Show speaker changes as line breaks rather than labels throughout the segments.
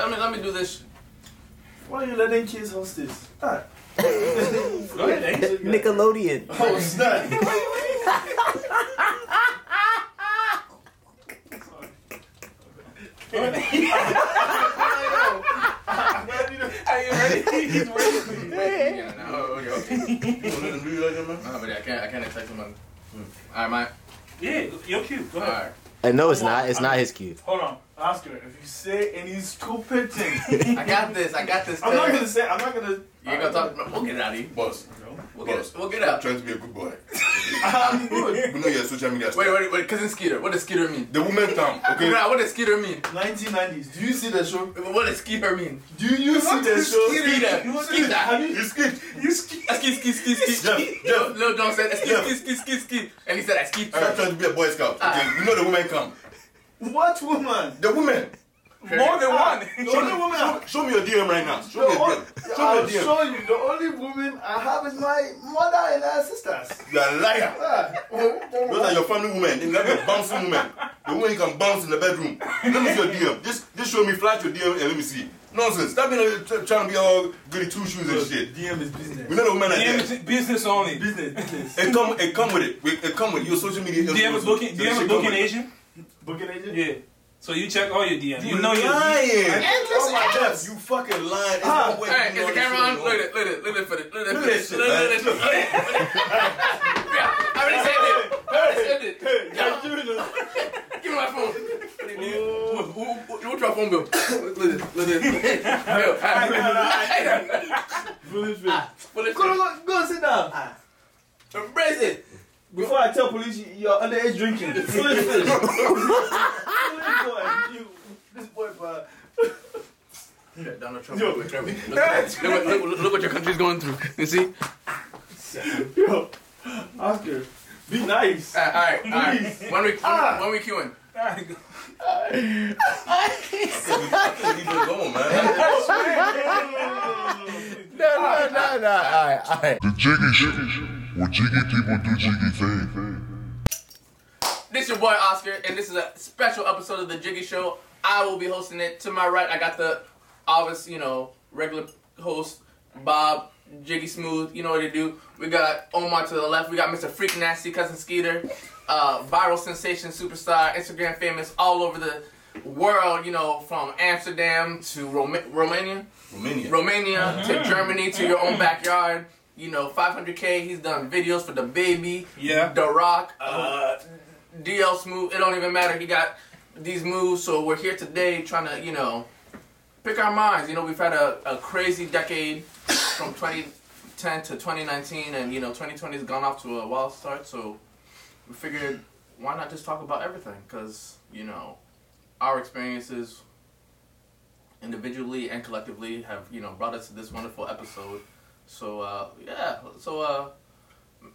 Let me let me do this.
Why are you letting kids host this? Ah.
eh?
Go ahead, Angel.
Nickelodeon.
Oh, snap.
Are you ready? He's ready.
Yeah, no, okay, okay.
No, but I can't. I can't attack someone. Mm. All right, my.
yeah, your cue. Go
All
ahead.
right.
Uh, no, it's not. It's not his cue.
Hold on.
Oscar, if you say any stupid thing,
I got this. I got this.
I'm not
Terry.
gonna say. I'm not gonna.
You ain't gonna talk. to me. We'll get it out of you.
Boss,
We'll get it. We'll get it out.
trying to be a good boy.
I'm good.
You know your social media.
Wait,
stuff.
wait, wait. Cousin Skeeter. What does Skeeter mean?
The woman town. Okay.
Nah, What does Skeeter mean?
1990s. Do you see the show?
What does Skeeter mean?
Do you see the show?
Skeeter. Skeeter.
Have you?
You skipped.
You ski.
I ski, ski, ski, ski.
Jeff, Jeff.
Lil Jon said, ski,
Yeah.
ski, ski, ski, ski. And he said, I ski.
Stop trying to be a boy scout. Okay. You know the woman come.
What woman?
The woman.
More than one.
Ah, The only woman. I-
Show me your DM right now.
the
Show me your
only-
DM. Show
I'll
me your DM.
show you. The only woman I have is my mother and her sisters.
You are a liar.
Ah.
Those are your family women. You have a bouncing woman. The woman you can bounce in the bedroom. Let me see your DM. Just, just show me, flash your DM and let me see. Nonsense. Stop being a- try- trying to be all goody two shoes and shit.
DM is business.
We know the women
DM
like
is
that.
business only.
Business, business.
It come, it come with it. It come with your social media.
DM is
influencer.
booking.
So
DM
she
is
come
booking
with it.
agent.
Booking agent?
Yeah. So you check all your DMs. You
You
know your.
lying.
Oh my god.
You fucking lying. It's
Ah.
no way.
Alright,
you
is
know
the
this
camera
shit,
on?
bro.
Look at it, look at it, look at it, look at it, look at it, look at
Look at this
it,
shit,
look at it,
man.
look at it. Yeah, I already saved it. I already saved it.
Don't do this.
Give me my phone. Who- who- who- What's your phone bill? Look at this, look at this. Bill, alright.
Foolish bitch.
Ah.
Well, it's-
Go, go, go sit down.
Embrace it.
Before I tell police you- you're underage drinking. Foolish bitch. Foolish boy. You, this boy, bro.
Donald Trump, look at Trump. Look- look- look- look what your country's going through. You see?
Yo, Oscar, be nice.
Ah.
Uh, alright, alright.
Please.
When we when we queuing?
Leave it alone, man.
No, no, no. All right, all right.
The jiggy shit. Well, jiggy people do jiggy things.
This your boy Oscar, and this is a special episode of the Jiggy Show. I will be hosting it. To my right, I got the obvious, you know, regular host Bob Jiggy Smooth. You know what to do. We got Omar to the left. We got Mr. Freak Nasty, cousin Skeeter, uh, viral sensation superstar, Instagram famous all over the world. You know, from Amsterdam to Roma- Romania.
Romania.
Romania to Germany to your own backyard. You know, 500k. He's done videos for the baby,
Yeah.
the Rock,
Uh,
DL Smooth. It don't even matter. He got these moves. So we're here today trying to, you know, pick our minds. You know, we've had a, a crazy decade from 2010 to 2019, and you know, 2020 has gone off to a wild start. So we figured, why not just talk about everything? Because you know, our experiences individually and collectively have you know brought us to this wonderful episode. So uh, yeah, so uh,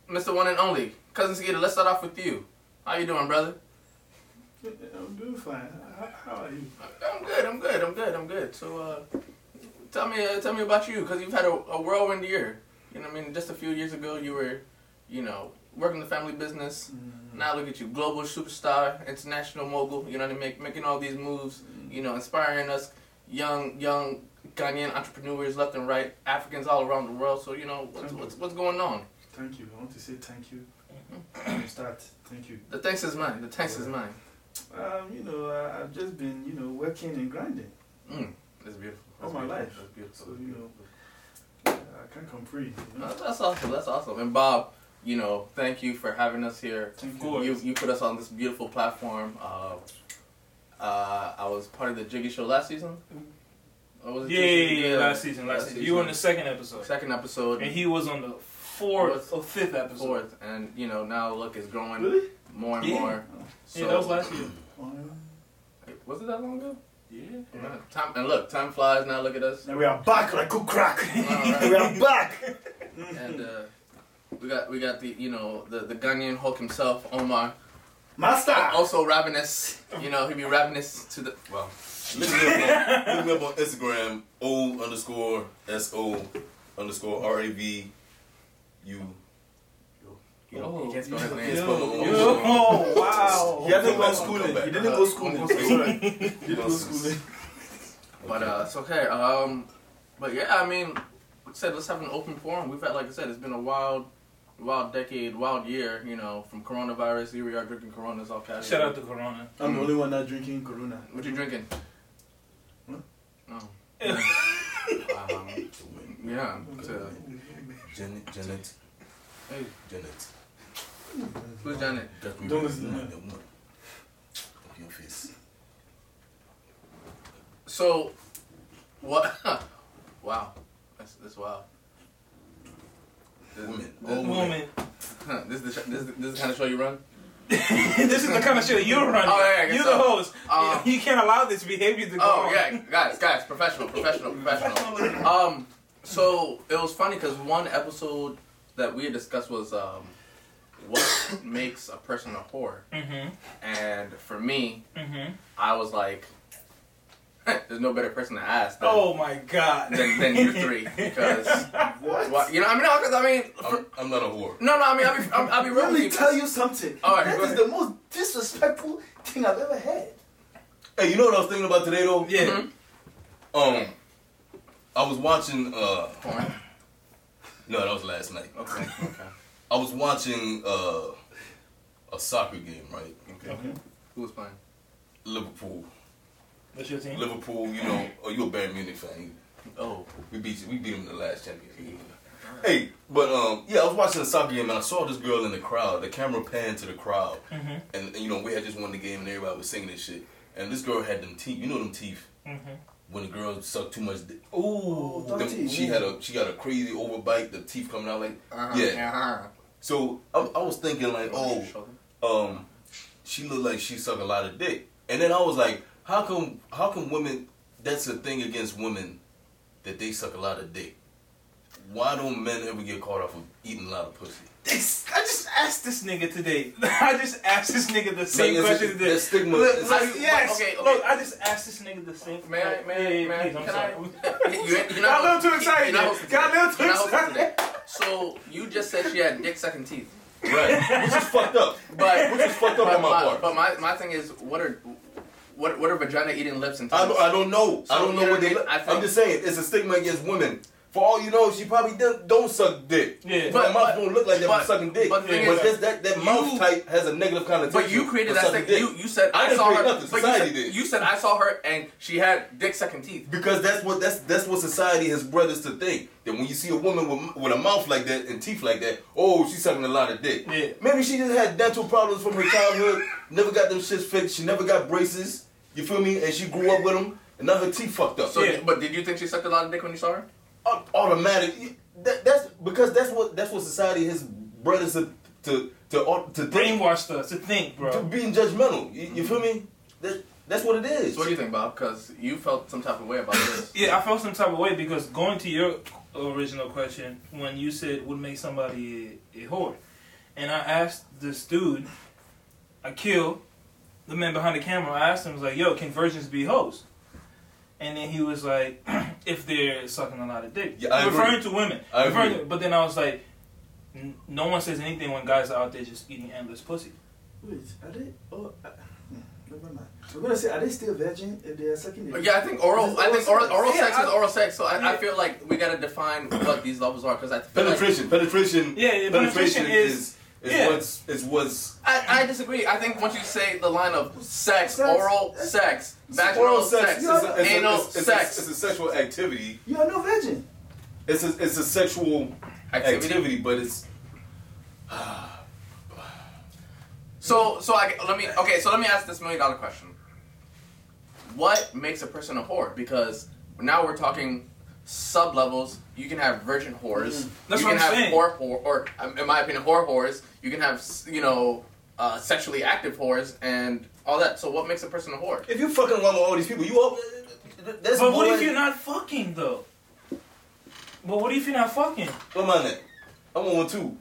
Mr. One and Only, cousin Skeeter, let's start off with you. How you doing, brother?
I'm doing fine. How, how are you?
I'm good. I'm good. I'm good. I'm good. So, uh, tell me, uh, tell me about you, because you've had a, a whirlwind year. You know, what I mean, just a few years ago, you were, you know, working the family business. Now look at you, global superstar, international mogul. You know what I mean, making all these moves. You know, inspiring us, young, young Ghanaian entrepreneurs left and right, Africans all around the world. So, you know, what's what's, what's going on?
Thank you. I want to say thank you. From start. Thank you.
The thanks is mine. The thanks is mine.
Um, you know, I, I've just been, you know, working and grinding.
Mm, that's beautiful.
All
That's
Oh,
my
beautiful.
life.
That's beautiful.
So,
That's
you
beautiful.
know, I can't complain. You know?
Uh, That's awesome. That's awesome. And Bob, you know, thank you for having us here.
Thank
cool.
you.
You you put us on this beautiful platform. Uh, uh, I was part of the Jiggy Show last season. Or was it
yeah,
two
yeah,
seasons?
yeah, yeah, Last season. Last
Last
season. You
season.
were on the second episode,
Second episode,
and he was on the fourth or fifth episode.
fourth, and you know now look it's growing
Really?
more and
Yeah.
more. So,
Yeah, that was last year.
was it that long ago?
Yeah.
Yeah. Time and look, time flies. Now look at us.
Now we are back like a crack.
Alright.
we are back.
and uh, we got we got the you know the the Ghanaian Hulk himself, Omar.
Master.
Also ravenous. You know he be ravenous to the well.
Look me up on, look me up on Instagram. O underscore S O underscore R A V U.
You know, he can't spell his name.
Yes, but-
Oh wow.
He hasn't
Come
gone
back, come
schooling.
back.
He didn't go
Uh,
schooling.
come back.
Sorry. He didn't go schooling.
But uh, it's okay. Um, but yeah, I mean, like I said, let's have an open forum. We've had, like I said, it's been a wild, wild decade, wild year. You know, from coronavirus, here we are drinking Coronas all casual.
Shout out to Corona.
I'm the only one not drinking Corona.
What you drinking?
Huh?
Oh. um, yeah. it's, uh,
Janet, Janet,
hey,
Janet.
who's done it?
That me
Don't
back.
listen to
No,
her.
no, no. Up your face.
So, what? wow, that's that's wild. This,
Woman.
This,
Oh, woman.
Woman.
huh, this, is the sh- this, is the- this is the kind of show you run.
this is the kind of shit you're running.
Oh, yeah, I guess
you're
so.
the host.
Um,
you can't allow this behavior to go
Oh
on.
yeah, guys, guys, professional, professional, professional. Um, so it was funny because one episode that we had discussed was um, what makes a person a whore,
Mm-hmm.
and for me,
Mm-hmm.
I was like, there's no better person to ask than,
Oh my god.
than, than you three because
What?
why- you know I mean because I mean for,
I'm, I'm not a whore.
no no I mean I'll be I'll, I'll be real
Let
with
me
you.
tell you something.
All right,
that
go
is
ahead.
the most disrespectful thing I've ever had.
Hey, you know what I was thinking about today though? Mm-hmm.
yeah.
Hmm?
Um, I was watching. uh
Porn.
No, that was last night.
Okay, okay.
I was watching uh a soccer game, right?
Who was playing?
Liverpool.
That's your team.
Liverpool, you know, oh, you a Bayern Munich fan. You-
Oh,
We beat we beat them in the last Champions League. Hey, but um, yeah, I was watching the soccer game and I saw this girl in the crowd. The camera panned to the crowd,
Mhm.
and, and, you know we had just won the game and everybody was singing this shit. And this girl had them teeth. You know them teeth.
Mhm.
When the girl sucked too much, dick,
Oh,
them-
dirty.
she had a she got a crazy overbite. The teeth coming out like
uh-huh,
yeah.
uh-huh.
So I, I was thinking like, oh,
Shoulder.
um, she looked like she sucked a lot of dick. And then I was like, how come how come women that's the thing against women that they suck a lot of dick? Why don't men ever get caught off of eating a lot of pussy?
This- I just asked this nigga today. I just asked this nigga the same
Like, it's-
question today.
that stigma-
Look,
it's-
look,
I-
yes.
okay, okay.
Look, I just asked this nigga the same.
May I? May I?
Yeah,
May I?
please, I'm
can
sorry.
I? You, ain't- you're
Got a little too
you're
excited.
not hosting
Got a
today.
little too
You're not hosting
excited.
today. So you just said she had dick sucking teeth,
Right. Which is fucked up.
but
Which is fucked up
but
on my
my,
part.
but my my thing is what are what what are vagina eating lips and
I
tongues?
don't, I don't know. I
So,
don't
you
know
know
what they.
what I mean? I
I'm
think-
just saying it's a stigma against women. For all you know, she probably don't, don't suck dick.
Yeah.
But,
But-
her mouth
but-
don't look like that
but-
for sucking dick.
but
But,
the thing is-
this, that that mouth
You-
type has a negative connotation.
But you created
for
that
sucking
thing. You
dick.
you said
I
I,
didn't
saw her.
create nothing.
But you
Society
said,
did.
you said I saw her and she had dick sucking teeth.
Because that's what that's that's what society has bred us to think that when you see a woman with, with a mouth like that and teeth like that, oh, she's sucking a lot of dick.
Yeah.
Maybe she just had dental problems from her childhood, never got them shits fixed. She never got braces. You feel me? And she grew up with them, and now her teeth fucked up.
So,
Yeah.
but did you think she sucked a lot of dick when you saw her?
Au- automatic. That, that's because that's what that's what society has bred us to to to, au- to think,
Brainwashed us to think,
to
bro.
being judgmental. You, you feel me? That that's what it is.
So what do you think, Bob? Because you felt some type of way about this.
Yeah, I felt some type of way because going to your original question, when you said would make somebody a, a whore, and I asked this dude, Akil, the man behind the camera, I asked him, I was like, yo, can virgins be hoes? And then he was like, if they're sucking a lot of dick.
Yeah, I
referring
agree.
to women.
I
referring
agree.
to- but then I was like, "N- no one says anything when guys are out there just eating endless pussy.
Wait, are they? Oh, I, hmm, never mind. I'm gonna say, are they still virgin if they are sucking?
But
it?
Yeah, I think oral.
Is it
I think oral, oral
Yeah,
sex is
I-
oral sex. So I, I
Yeah.
feel like we gotta define what these levels are because I feel like
penetration, penetration,
Yeah, yeah, penetration is-
is
yeah.
what's is what's
I, I disagree. I think once you say the line of sex,
Sex.
oral sex, vaginal
oral
sex,
sex,
is a-
is
anal
it's, it's
sex.
A, it's a sexual activity.
You are no virgin.
It's a it's a sexual activity,
Activity.
but it's
so so I let me okay. So let me ask this million dollar question. What makes a person a whore? Because now we're talking sub levels. You can have virgin whores.
That's
you can
what I'm
have
saying.
whore whore, or um, in my opinion, whore whores. You can have s- you know uh, sexually active whores and all that. So what makes a person a whore?
if you fucking along with all these people, you all that's
But what
more
if you're
like-
not fucking, though? But what if you're not fucking?
Come on, then. I want one too.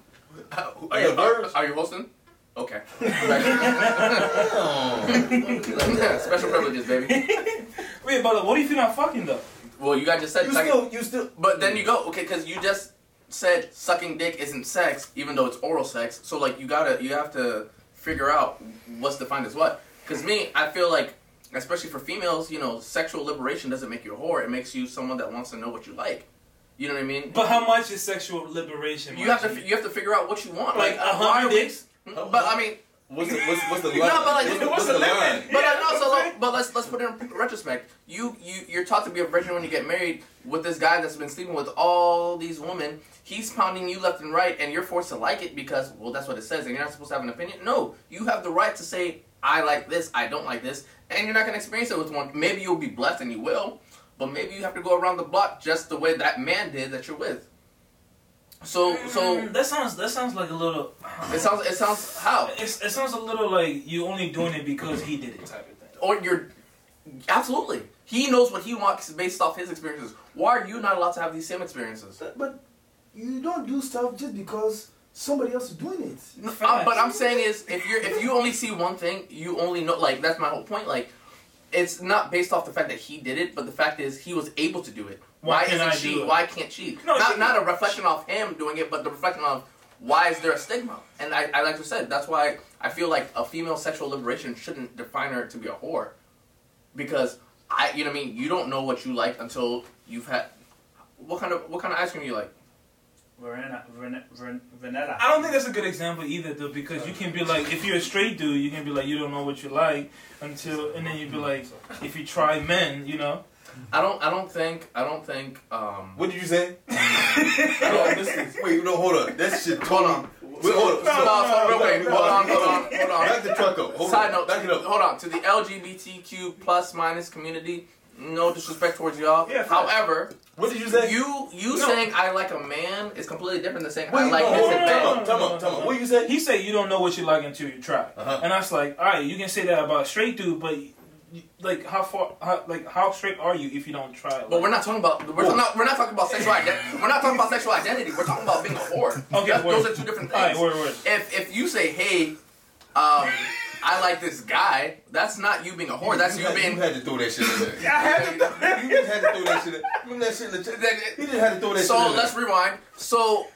Are you,
Yeah,
are,
birds.
are you hosting? Okay. Special privileges, baby.
Wait, but what if you're not fucking, though?
Well, you guys just said
You
sucking-
still you still.
But then you go, okay, because you just said sucking dick isn't sex, even though it's oral sex. So, like, you gotta, you have to figure out what's defined as what. Because me, I feel like especially for females, you know, sexual liberation doesn't make you a whore. It makes you someone that wants to know what you like. You know what I mean?
But how much is sexual liberation?
you have to
Margie?
you have to figure out what you want.
like a
why are
hundred
we- Hmm?
dicks.
But I mean,
What's the what's, what's the line?
No, but like-
what's,
what's
what's the line?
But
Yeah,
I also,
okay.
but let's let's put it in retrospect. You you you're taught to be a virgin when you get married with this guy that's been sleeping with all these women. He's pounding you left and right, and you're forced to like it because well, that's what it says, and you're not supposed to have an opinion. No, you have the right to say I like this, I don't like this, and you're not gonna experience it with one. Maybe you'll be blessed, and you will, but maybe you have to go around the block just the way that man did that you're with. So so
that sounds that sounds like a little.
it sounds it sounds how
It's, it sounds a little like you only doing it because he did it type of thing.
or you're absolutely he knows what he wants based off his experiences why are you not allowed to have these same experiences
But you don't do stuff just because somebody else is doing it.
No, I- Ah, Uh, but i'm saying is if you're if you only see one thing you only know like that's my whole point like it's not based off the fact that he did it but the fact is he was able to do it
Why
why,
can't
isn't
I
she
do it?
why can't she
No,
not
she-
not a reflection of him doing it but the reflection of why is there a stigma and i, I like you said that's why i feel like a female sexual liberation shouldn't define her to be a whore because I, you know, what I mean, you don't know what you like until you've had. What kind of what kind of ice cream you like?
Vanilla. van- van- Vanilla.
I don't think that's a good example either, though, because you can be like, if you're a straight dude, you can be like, you don't know what you like until, and then you'd be like, if you try men, you know.
I don't. I don't think. I don't think. Um,
What did you say?
no, this is-
Wait, no, hold on. That shit.
hold on.
Wait, hold on.
No,
So-
no, no, real quick. Hold on. Hold on. Hold on.
Back the truck up. Hold
Side
on.
note.
Back it
to-
up.
Hold on. To the LGBTQ plus minus community. No disrespect towards y'all.
Yeah, facts.
However,
What did you say?
you you
No.
saying I like a man is completely different than saying
Wait,
I like
no,
this
hold
and
on,
that.
Tell him, tell him, tell him. What you say?
He said you don't know what you like until you try,
Uh-huh.
and I was like, all right, you can say that about straight dude, but you- like how far, how, like how straight are you if you don't try? Like,
But we're not talking about we're,
Whoa.
not, we're not talking about sexual identity. We're not talking about sexual identity. We're talking about being a whore.
Okay,
That-
word.
those are two different
All right,
things.
word, word.
if if you say, "Hey, um, I like this guy," that's not you being a whore. That's you
had,
being.
You had to throw that shit in there.
I have to.
you just had to throw that shit in there. that shit in the
Then-
He just had to throw that
So
shit in
let's rewind. So,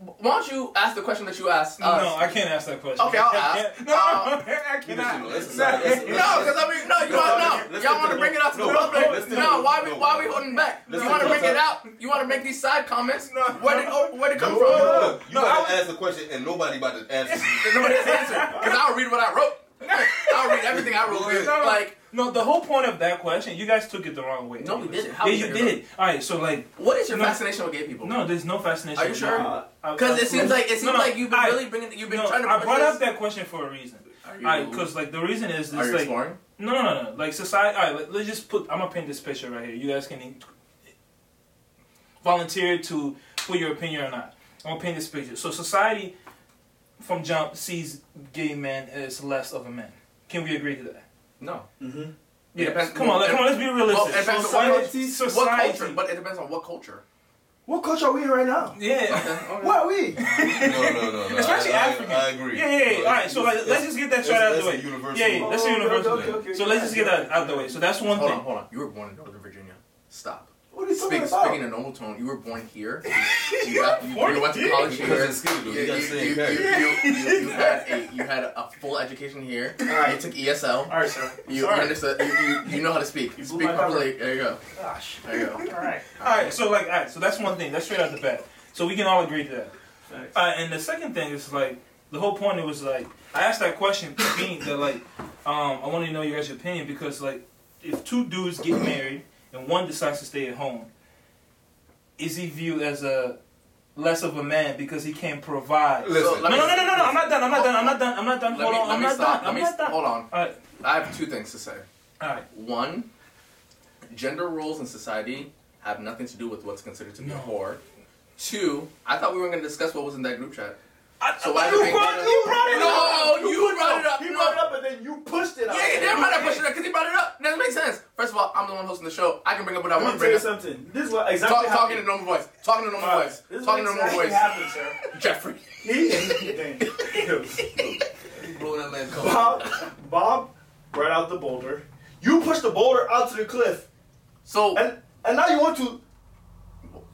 why don't you ask the question that you asked? Us?
no, I can't ask that question.
Uh, Okay, I'll
I can't-
ask.
No,
Uh,
I
there. Listen,
cannot.
no, that's not- that's-
No, because I mean, no, you want no. Y'all want
Let's get to
to
the-
bring it out to the
no, let's
public.
get
No,
to
why
the-
we
no.
why we holding back?
Let's
you
get
want
to
to
the
bring it
topic.
out. You want to make these side comments.
No.
Where did oh, where did it come
No,
from?
no, no. You
No,
about
I
to ask the question and nobody about to answer.
Nobody's answering because I'll read what I wrote. I'll read everything I wrote.
No, no.
Like,
No, the whole point of that question, you guys took it the wrong way.
No, we didn't. How
yeah,
we
you
took it
did. All right, so like,
what is your
No.
fascination with gay people?
no, there's no fascination.
Are you sure?
Uh, I-
Because
I-
it seems like it seems
No, no,
like you've been
I-
really bringing you've been
no,
trying to.
I
push
brought
this.
up that question for a reason.
Are you,
Because like the reason is
are
this
you
like
exploring?
no no no no like society. All right, let, let's just put. I'm gonna paint this picture right here. You guys can volunteer to put your opinion or not. I'm gonna paint this picture. So society from jump sees gay men as less of a man. Can we agree to that?
No.
Mhm.
It
Yeah.
depends-
Come on, let, come on. Let's be
Well,
realistic.
it depends on what,
society,
culture- what
society.
culture, but it depends on what culture.
What culture are we in right now?
yeah.
Where are we?
No, no, no, no.
Especially
I, I,
African.
I agree.
Yeah, yeah, yeah. All right, so like,
It's-
let's just get that
it's-
straight out of
it's
the way.
a universal-
Yeah, yeah, that's the
Oh, okay,
universal.
okay, okay,
So let's just get that out the way. So that's one
Hold
thing.
on, hold on. You were born in Northern Virginia. Stop.
What are you talking
Speak,
about?
speaking in normal tone, you were born here. You, got, you, you went to college
Because
here.
it's Skidoo,
You,
you
you,
got the
you,
same
you,
character.
you, you, you had a you had a full education here. You took ESL.
All right, sir.
You, you
Sorry.
understood. You, you, you know how to speak.
You blew
speak
my cover.
properly. There you go.
Gosh.
There you go.
All right.
All right, so like, all right, so that's one thing. That's straight out the bat. So we can all agree to that.
Thanks.
Uh, and the second thing is like the whole point. It was like I asked that question being that like um, I want to know your guys' opinion because like if two dudes get married and one decides to stay at home, is he viewed as a less of a man because he can't provide?
Listen.
So, let
no,
me-
no, no, no, no, no! I'm not done. I'm not done. I'm not done. I'm not done.
Let
Hold
me,
on.
let
I'm
me
not
stop.
done.
Let
I'm
me
not
st-
done.
hold on.
All right.
I have two things to say.
All right.
One, gender roles in society have nothing to do with what's considered to be a
No.
whore. Two, I thought we were going to discuss what was in that group chat.
I,
So
so
why
why
do
you
we-
brought, you brought it up?
No, you brought it up.
He
No.
brought it up and then you pushed it out.
Yeah, yeah, never mind. I pushed it up because he brought it up. That makes sense. First of all, I'm the one hosting the show. I can bring up what I
Let
want
me
to
tell
bring
you
up.
something. This is what exactly
Talk, talking in
happened.
normal voice. Talking in normal
Alright,
voice.
This is what
Talking in normal
exactly
voice.
happened, sir.
Jeffrey.
He
Blowing that man's cover.
Bob, Bob, brought out the boulder. You pushed the boulder out to the cliff,
So,
and and now you want to.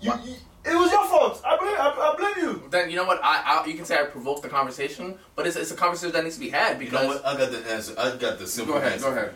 You,
What?
you, it was your fault. I blame I, I blame you.
then you know what? I, I you can say I provoked the conversation, but it's, it's a conversation that needs to be had
You
because.
know what? I got the answer. I got the simple
Go ahead,
answer.
go ahead.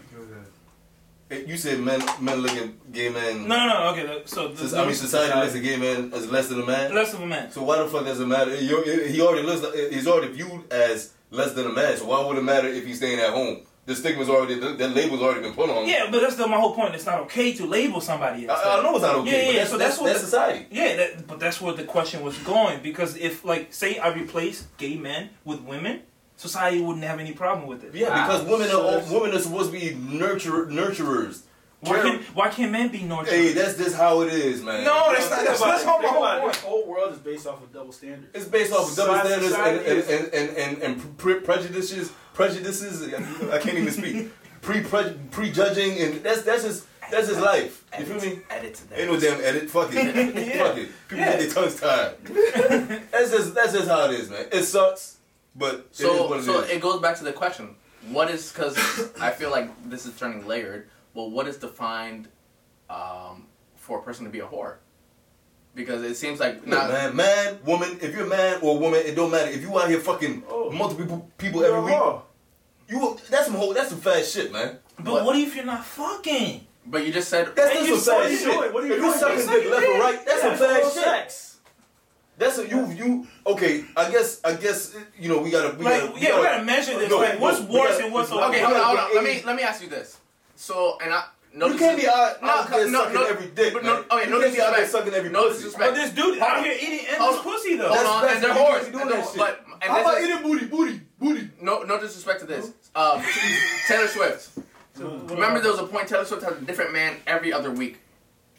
If You said men men look at gay men.
No, no, no. Okay, look, so the,
Since, I mean, society looks at gay men as less than a man.
less of a man.
So why the fuck does it matter? You- He already looks. He's already viewed as less than a man. So why would it matter if he's staying at home? The stigma's already. That label's already been put on. him.
Yeah, but that's the, my whole point. It's not okay to label somebody. as
I, I
that.
know it's not okay.
Yeah, yeah,
But that's,
so
that's,
that's
that's,
what the-
society.
Yeah, that, but that's where the question was going because if, like, say I replace gay men with women, society wouldn't have any problem with it.
Yeah, because
Ah,
women are all- women are supposed to be nurture, nurturers.
Why can't why can't men be nurtured?
Hey, that's just how it is, man.
no, that's not. That's, that's not my
Think
whole
about it.
point.
This whole world is based off of double standards.
It's based off of double
Society-
standards
society
and,
is-
and, and, and, and pre- prejudices, prejudices. I can't even speak. Pre prejudging and that's that's just that's just life. You feel me?
Edit to
Ain't no damn edit. Fuck it. Fuck it. People get their tongues tied. that's just that's just how it is, man. It sucks, but it is what
So,
it
so
is.
it goes back to the question: What is? Because I feel like this is turning layered. But what is defined um, for a person to be a whore? Because it seems like
Look,
not.
man, man, woman. If you're a man or a woman, it don't matter. If you out here fucking
Oh.
multiple people, people
You're
every week,
wrong.
you that's some whole that's some fast shit, man.
But
What?
what? if you're not fucking?
But you just said
That's
And
just
you-
some
what
fast
are you
shit.
doing? What are you
if
doing?
you sucking
Like,
dick left or right, that's
Yeah,
some fast
oral
shit.
sex.
That's a, you you okay. I guess I guess you know we gotta we
like,
gotta, we
yeah,
gotta,
we gotta measure this.
No,
like,
no,
what's
we
worse
gotta-
and what's
we gotta-
Okay,
okay?
hold on, hold on. Let me
Eighty-
let me ask you this. So, and I no
You can't be out,
No,
out there
no,
sucking
no,
every dick.
but no-
man.
okay,
you
no
can't be out there
disrespect.
sucking every
No
pussy.
disrespect.
But this dude out here eating
Hold
endless
on.
pussy though.
Hold
That's-
on,
that's
and they're
how you
whores. and
doing that
they're-
shit.
But and
How
this
about
is-
eating booty, booty, booty?
no no disrespect to this. Um, Taylor Swift. Remember, there was a point Taylor Swift had a different man every other week.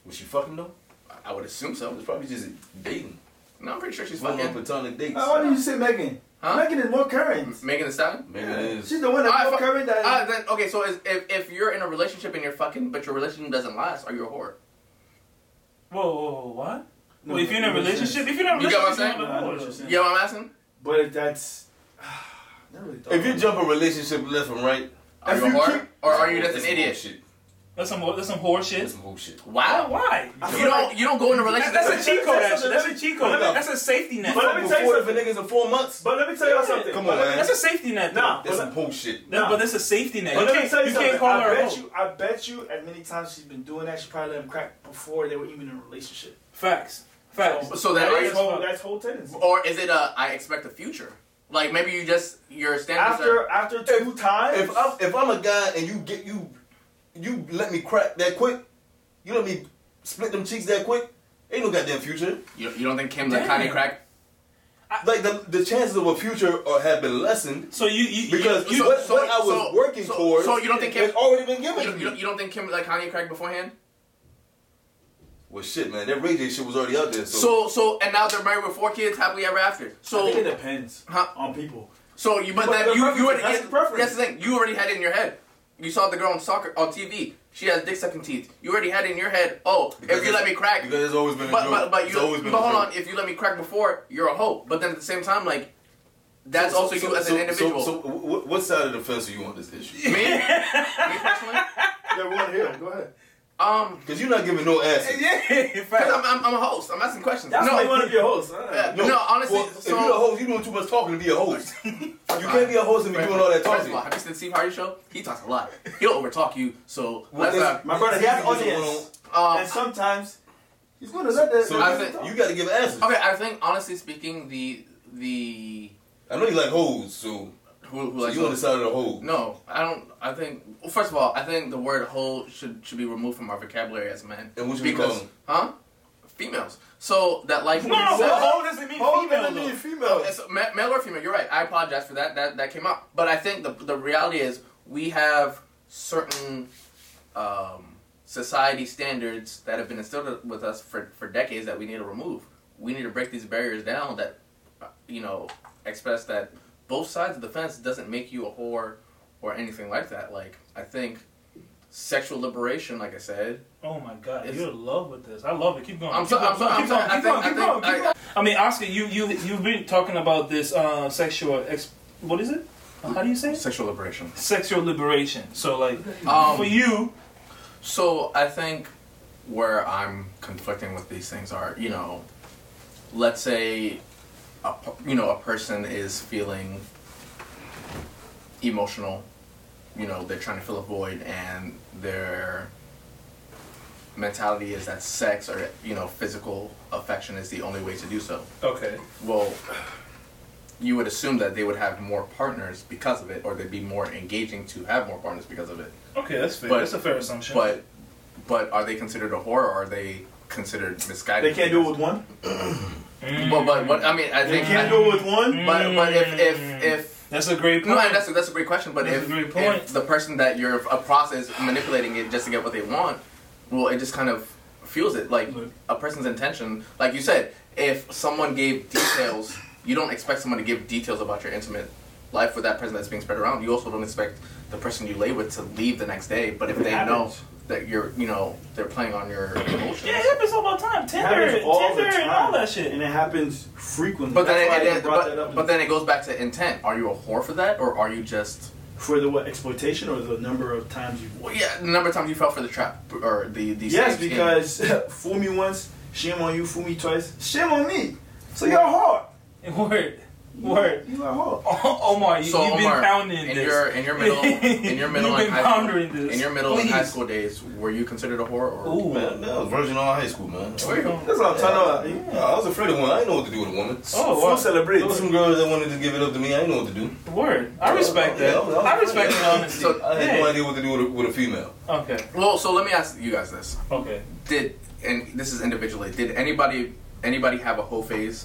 Was she fucking though?
I- I would assume
It
so.
was probably just dating.
No, I'm pretty sure she's
She's fucking
fucking.
platonic dates.
Uh, Why do you say Megan?
Huh?
Megan is more current.
Megan Thee Stallion.
Maybe it is.
She's the one
I
that's more
fu-
current. That
Ah, then okay. So is, if if you're in a relationship and you're fucking, but your relationship doesn't last, are you a whore?
Whoa, whoa, whoa, what?
No,
well, if you're in a
that makes
relationship, if you're not,
You get what I'm saying?
Nah, I know what you're
saying.
saying.
You know what I'm asking?
but if that's. I never really thought
If you
about
jump a relationship left and right,
Are
If
you a
you
whore,
keep-
or are you just an
That's some
idiot?
bullshit.
That's some that's some horse
That's
shit.
some bullshit.
Why?
Wow.
Why?
I
You don't you don't go in a relationship.
That's a cheat
Let
code.
me-
Actually, that's a cheat code.
let me-
That's a safety net.
But let me
Fucking
tell you
four
something.
different niggas in four months.
it. But let me tell y'all something.
Come on,
But-
man.
That's a safety net. though.
Nah,
That's
but-
some bullshit.
No, but that's a safety net.
But
You
let me
can't,
tell you
you
something.
can't call
I
her a
bet
hoe.
you. I bet you. As many times she's been doing that, she probably let him crack before they were even in a relationship.
Facts. Facts.
So that
that's
is-
whole. That's whole tendency.
or is it a I expect a future? Like maybe you just your standards are,
After after two times,
If I'm if I'm a guy and you get you you let me crack that quick, you let me split them cheeks that quick, ain't no goddamn future.
you, you don't think Kim's a
Damn.
Kanye crack?
Like the the chances of a future are, have been lessened
So you, you
because
you, you,
what,
so-
what I was
so-
working
so-
towards
so you don't think
has
if-
already been given
You,
to
you,
me.
don't- you don't think Kim like Kanye crack beforehand?
well, shit, man, that Ray J shit was already out there.
So
So,
so and now they're married with four kids, happily ever after.
I think it
So
depends
Huh?
on people.
so you but
But
then
the
you
preference-
you already
that's
it-
the preference.
That's the thing. You already had it in your head. You saw the girl on soccer on TV. She has dick sucking teeth. You already had it in your head. Oh, if you let me crack,
because it's always been a
But
joke.
but but
It's
you
always been
but
a
hold
joke.
on. If you let me crack before, you're a hoe. But then at the same time, like that's
So-
also
so-
you as
so-
an individual.
So, so wh- wh- what side of the fence are you on this issue?
me, me personally,
Yeah, we're on here. Go ahead.
um,
Because you're not giving no answer.
yeah,
because
facts.
I'm, I'm I'm a host. I'm asking questions.
That's
no,
why you want to be a host. huh?
yeah, no, honestly,
well, if
so
you're a host, you're doing too much talking to be a host. you can't be a host and be doing all that
First of
talking.
all, have you seen Steve Harvey show? He talks a lot. He'll overtalk you. So
Well,
let's not.
My brother, he has
You just
audience.
wanna-
Um,
and sometimes he's going to let that.
So
I
you,
think-
got to give answers.
okay, I think honestly speaking, the the
I know you like hoes, so,
who who
so
likes
you on the side of the hoe.
no, I don't. I think well, first of all, I think the word "hoe" should should be removed from our vocabulary as men.
And what you
because
call
huh?
'em?
Females. So that like
No, no,
So-
but hoe doesn't mean
Hold
female.
doesn't
though.
mean female.
It's ma- male or female. You're right. I apologize for that. That that came out. But I think the the reality is we have certain um, society standards that have been instilled with us for for decades that we need to remove. We need to break these barriers down that uh, you know express that both sides of the fence doesn't make you a whore or anything like that. Like I think sexual liberation, like I said,
Oh my god,
It's-
you're in love with this. I love it. Keep going.
I'm
Keep
so-
going,
I'm so-
keep
I'm so-
going,
I
keep
think-
going,
I
keep
think-
going, keep
I-
going. I mean, Oscar, you you you've been talking about this uh, sexual ex. What is it? How do you say? it?
sexual liberation.
Sexual liberation. So like
Um,
for you,
So I think where I'm conflicting with these things are, you know, let's say, a, p- you know, a person is feeling emotional you know they're trying to fill a void and their mentality is that sex or you know physical affection is the only way to do so
Okay.
well you would assume that they would have more partners because of it or they'd be more engaging to have more partners because of it
Okay, that's fair.
But-
that's a fair assumption.
but but are they considered a whore or are they considered misguided
They can't do it with one.
Mm.
well but what i mean i
They
think
can't do it with one.
but but if
Mm.
if if
that's a great
No,
point.
and that's a, that's a great question. But
That's
if,
a great point.
if the person that you're a process manipulating it just to get what they want, well, it just kind of fuels it. Like a person's intention, like you said, if someone gave details, you don't expect someone to give details about your intimate life with that person that's being spread around. You also don't expect the person you lay with to leave the next day. But if they know
Happens.
that you're, you know, they're playing on your emotions.
yeah, it happens all the time.
It
Tinder,
happens all the
Tinder, and
time.
all that shit.
And it happens frequently.
But
That's
then, it,
why
it-
I
it-
brought that
but,
up.
but then it goes back to intent. Are you a whore for that, or are you just
for the what exploitation or the number of times you.
Well, yeah, the number of times you fell for the trap or the the
Yes,
same scheme.
because fool me once, shame on you. Fool me twice, shame on me. So you're hard.
Word, word.
You are hard.
Oh, Omar, you,
So
you've
Omar,
been pounding
in
this.
your in your middle in your middle and
You've been
high school,
pondering this.
in your middle and high
Please.
school days, were you considered a whore or?
Ooh.
Man, that was Virgin All High School, man.
Where you-
That's what I'm talking about.
Yeah, I was afraid of one. I didn't know what to do with a woman.
Oh,
Fool
wow.
There was
celebrate.
some girls that wanted to give it up to me. I didn't know what to do.
Word. I respect that.
Yeah,
I respect the honesty.
So-
I had no
Yeah.
idea what to do with a, with a female.
Okay.
Well, so let me ask you guys this:
Okay.
Did and this is individually? Did anybody anybody have a whole phase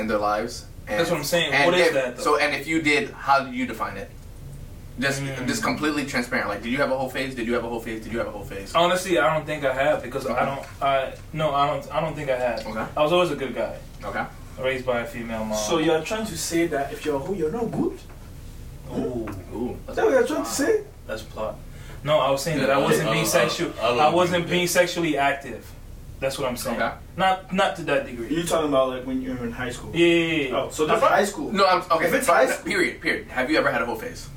in their lives? And,
That's what I'm saying.
and
What is
if-
that, though?
So, and if you did, how did you define it? Just
Mm.
just completely transparent. Like, did you have a whole phase? Did you have a whole phase? Did you have a whole phase?
Honestly, I don't think I have because I don't. I no, I don't. I don't think I have.
Okay.
I was always a good guy,
Okay.
raised by a female mom.
So you're trying to say that if you're who, you're not good.
Ooh,
Ooh.
Is that Oh, what you're trying to say?
that's plot. No, I was saying that I
Yeah,
wasn't
I-
being
I-
sexual.
I- I don't
I, wasn't
agree with
being
that.
sexually active. That's what I'm saying.
Okay.
Not not to that degree.
You're talking about like when you're in high school.
Yeah. yeah, yeah.
Oh, so that's high school.
No, I'm okay.
If it's high school-
period, period. Have you ever had a whole phase?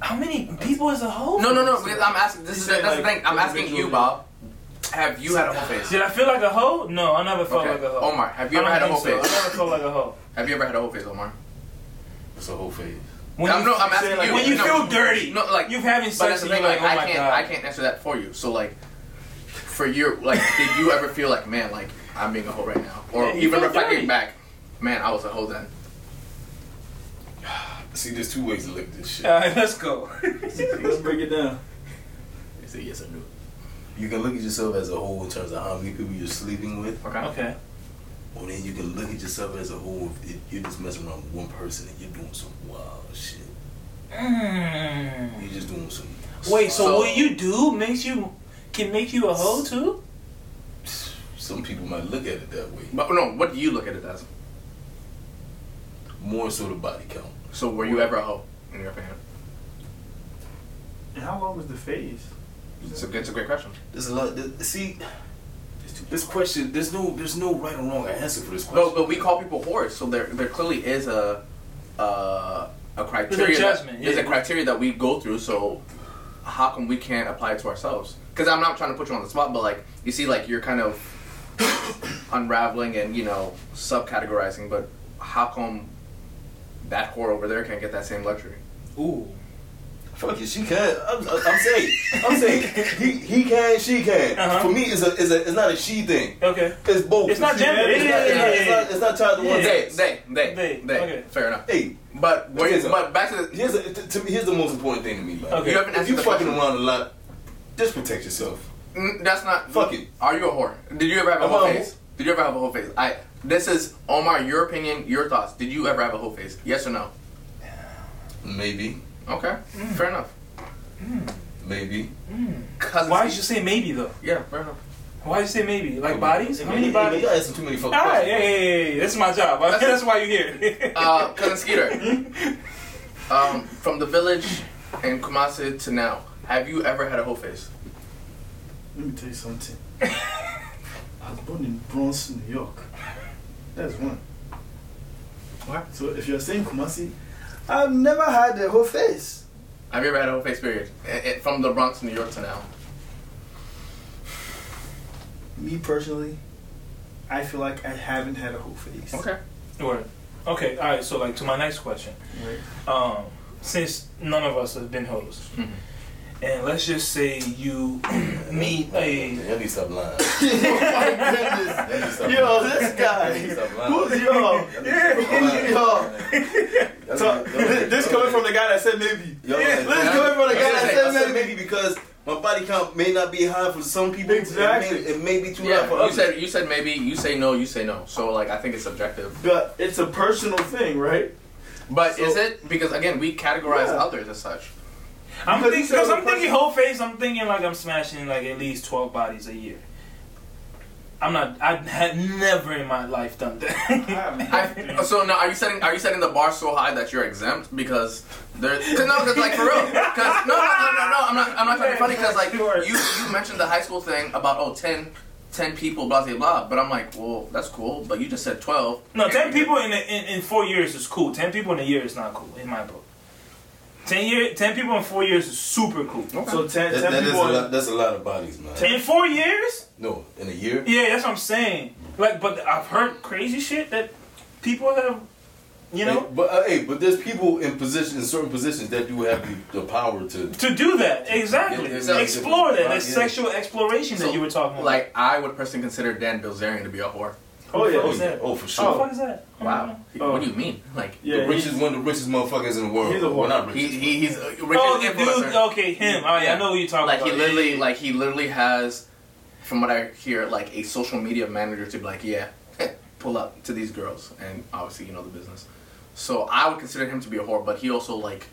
How many people is a hoe?
No, no, no. because I'm asking. This
You
is
said,
that's the
like,
thing. I'm asking you,
individually.
Bob. Have you had a whole phase?
Did I feel like a hoe? No, I never felt
Okay.
like a hoe.
Omar, have you
I
ever
don't
had a
think
whole
so.
phase?
I never felt like a hoe.
Have you ever had a whole phase, Omar?
It's a whole phase.
When
I'm,
you,
no, I'm
say,
asking
like,
you.
when you
no,
feel dirty,
no, like
you've having
But that's
sex
the
and you're
thing.
like,
Like,
oh my
I can't.
god.
I can't answer that for you. So like, for your like, did you ever feel like, man, like I'm being a hoe right now, or
Yeah, you
even
feel
reflecting
dirty.
back, man, I was a hoe then.
See, there's two ways to look at this shit.
Alright, let's go.
Let's break it down.
They say yes or no.
You can look at yourself as a whole in terms of how many people you're sleeping with,
Okay.
okay.
or then you can look at yourself as a whole if it- you're just messing around with one person and you're doing some wild shit.
Mm.
You're just doing some.
Wait, so,
So-
what you do makes you can make you a hoe too?
Some people might look at it that way.
But no, what do you look at it as?
More so the body count.
So were you ever a hoe in your opinion?
And how long was the phase?
It's a, it's a great question.
There's a lot. There, see, this question. There's no. There's no right or wrong answer for this question.
No, but we call people whores, so there there clearly is a uh, a criteria.
judgment,
that, There's
yeah.
a criteria that we go through. So how come we can't apply it to ourselves? Because I'm not trying to put you on the spot, but like you see, like you're kind of unraveling and you know subcategorizing. But how come that whore over there can't get that same luxury?
Ooh.
Fuck it, she can. I'm, I'm saying, I'm saying, he, he can, she can.
Uh-huh.
For me, it's a, it's a, it's not a she thing.
Okay.
It's both.
It's not gender.
It's not, it's not, it's not, it's not tied to one
Yeah.
They,
sex.
they, they,
They,
they.
okay.
Fair enough.
Hey,
But were you,
Listen.
but back to the,
here's a, to, to me, here's the most important thing to me. Like,
Okay.
you haven't
if
answered
you
the
fucking
question.
around a lot, just protect yourself.
Mm, That's not.
Fuck it.
Are you a whore? Did you ever have a
I'm
whole
a
face? Did you ever have a whole face? I. This is Omar. Your opinion. Your thoughts. Did you ever have a whole face? Yes or no?
Maybe,
Okay. Fair enough.
maybe.
Cause
Why did you say maybe though?
Yeah. Fair enough.
Why did you say maybe? Like bodies? How many
Hey, man,
bodies?
Y'all asking too many fucking
Alright,
questions.
yeah, yeah, yeah, yeah. That's my job. That's, why you're here.
Uh, cousin Skeeter. um, from the village in Kumasi to now, have you ever had a whole face?
Let me tell you something. I was born in Bronx, New York. That's one.
What?
So if you're saying Kumasi, I've never had a whole face.
Have you ever had a whole face? Period. I- I- from the Bronx, New York to now.
Me personally, I feel like I haven't had a whole face.
Okay.
Word. Okay, all right. So, like, to my next question, um, since none of us have been hoes, and let's just say you meet a
Let me stop lying. Let me
Oh,
stop
Yo,
lying.
this
Let me
guy.
stop lying.
Who's yo?
Let me stop lying.
Yo.
That's
So,
what-
this this coming from the guy that said maybe.
Yo,
Yeah,
like,
this
I-
coming from the guy
I
that
said,
said
I said
maybe.
maybe because my body count may not be high for some people. It may-
Exactly.
It may, be too high
Yeah,
for
you
others.
said you said maybe you say no, you say no. So like I think it's subjective.
But it's a personal thing, right?
But
So-
is it because again we categorize
Yeah.
others as such?
I'm
Because
thinking,
you said
because
the
I'm thinking
person-
whole face. I'm thinking like I'm smashing like at least twelve bodies a year. I'm not. I had never in my life done that.
I, so now are you setting are you setting the bar so high that you're exempt because there? Cause no, cause like for real. Cause no, no, no, no, no. I'm not I'm not trying to be funny. Cause like you you mentioned the high school thing about oh 10, 10 people blah blah blah. But I'm like well that's cool. But you just said twelve.
no, ten people in, a, in in four years is cool. Ten people in a year is not cool in my book. Ten year, ten people in four years is super cool.
So ten,
That,
ten
that is a
people.
lot, that's a lot of bodies, man.
In four years,
No, in a year.
yeah, that's what I'm saying. Like, but I've heard crazy shit that people have, you know.
Hey, but uh, hey, but there's people in position in certain positions that do have the, the power to.
To do that, exactly.
Yeah, yeah, yeah.
Explore that. That
Yeah.
sexual exploration that
So,
you were talking about.
Like I would personally consider Dan Bilzerian to be a whore.
oh yeah.
Oh
Is
yeah.
that-
Oh for
what the
sure.
fuck is that?
Wow.
Oh.
What do you mean? Like
the
Yeah, he-
richest one of the richest motherfuckers in the world.
He's a
Well, not
he,
richest.
he he's uh, Richard's
Oh, the
influencer.
dude. Okay, him. All right, I know who you're talking
like
about.
he literally like he literally has from what i hear like a social media manager to be like yeah pull up to these girls and obviously you know the business so i would consider him to be a whore but he also like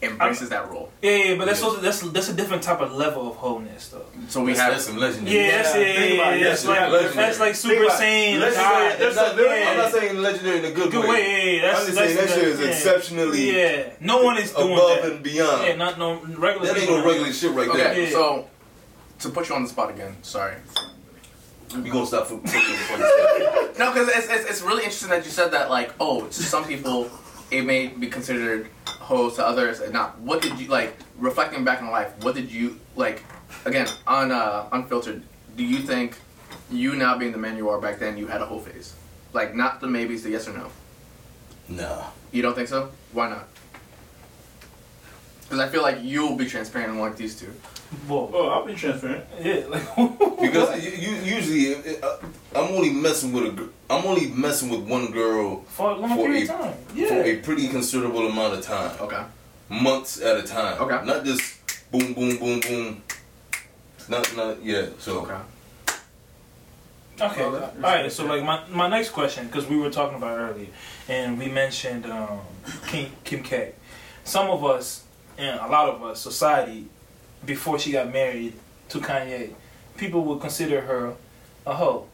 embraces that role
Yeah, yeah, but that's
Yeah.
also that's that's a different type of level of wholeness, though.
so we
that's,
have
that's some legendary.
Yeah, that's
Yeah,
yeah, yeah,
think
yeah,
about it.
yeah, that's
Yeah,
like
legendary.
that's like
Think
super
about it.
saiyan.
Let's
God.
say- let's
That's
say-
yeah.
I'm not saying legendary in a good,
good way. Yeah, yeah, that's
I'm just
that's
saying that shit is
yeah.
exceptionally
Yeah, no one is doing
above
that.
and beyond.
Yeah, not no regular.
that ain't
people
no
are-
regular shit right there.
okay
Yeah.
so to put you on the spot again sorry
We gonna stop for, for, for this.
no because it's, it's, it's really interesting that you said that like oh to some people it may be considered hoes to others and not what did you like reflecting back on life what did you like again on uh unfiltered do you think you now being the man you are back then you had a whole phase like not the maybes the yes or no
Nah.
you don't think so why not because i feel like you'll be transparent unlike these two
Whoa.
Oh, I'll be transparent.
Yeah, like
Because you, you usually, it- uh, I'm only messing with a, gr- I'm only messing with one girl
for a long
For
period
a-
of time.
for a
Yeah.
pretty considerable amount of time,
okay
months at a time.
Okay.
Not just boom, boom, boom, boom. Not, not, yeah. So
okay
Okay. All right. So like my my next question, because we were talking about it earlier, and we mentioned um, Kim, Kim K. Some of us, and a lot of us, society, before she got married to Kanye, people would consider her a hoe.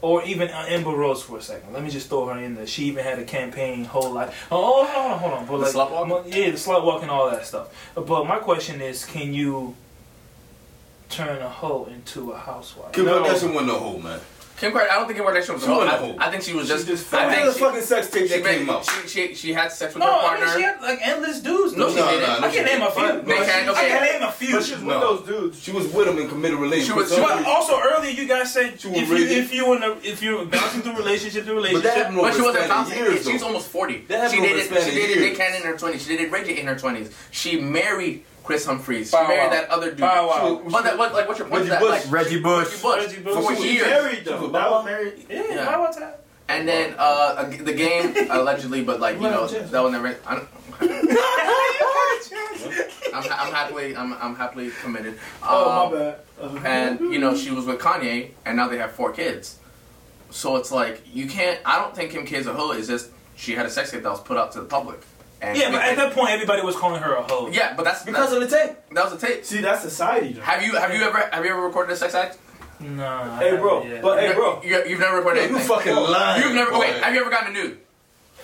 Or even uh, Amber Rose for a second. Let me just throw her in there. She even had a campaign whole life. Oh, hold on, hold on. But
The
like,
slut walk?
mo- Yeah, the slut walk and all that stuff. But my question is, can you turn a hoe into a housewife?
Kim
No.
Kardashian wasn't no hoe, man.
kim Kardashian, i don't think her relationship was
She wasn't
I,
a hoe.
I think she was
She
just,
just
i
found-
Where
think
the
she,
fucking sex tape
she,
that came
made,
out?
she, she, she had sex with
No,
her
I
partner
mean, she had like endless dudes.
No,
though.
she didn't. I
she
can name a few.
didn't.
They
No,
can't-
she-
okay.
I can name a few.
But she's one of
No.
those dudes.
She was with him in committed relationship.
She was-
for some
she was-
reason.
also earlier, you guys said
She was
if you
raised-
if you in a, if you're bouncing through relationship to
but that
relationship,
happened over
But she
the
wasn't
span of
bouncing.
years,
she's
though.
almost forty.
That happened
She
over
dated,
the span
she
of
dated
years.
Nick Cannon in her twenties. She dated Reggie in her twenties. She married Chris Humphries. She
Bow
married
wow.
that other dude.
Bow wow.
She was- But that, what, like, what's your point? to
Reggie
that?
Bush.
Like,
Reggie Bush.
Bush
Reggie Bush.
for
She was
years.
Married though.
That
That was
was
married.
yeah,
Yeah.
why was that?
And then uh, ag- the game allegedly, but like you know, that was never. I don't, I'm, ha- I'm happily, I'm, I'm happily committed.
Oh
Um,
my bad. Uh,
and you know she was with Kanye, and now they have four kids. So it's like you can't. I don't think Kim K is a hoe. It's just she had a sex tape that was put out to the public. And
Yeah, but at that point, everybody was calling her a hoe.
yeah, but that's
because of the tape.
That was a tape.
See, that's society. Though.
Have you have you ever have you ever recorded a sex act?
Nah.
Hey, bro.
yeah.
But hey,
You-
bro.
you, have never recorded
You
anything.
fucking lying.
You've never
boy.
wait. Have you ever gotten a nude?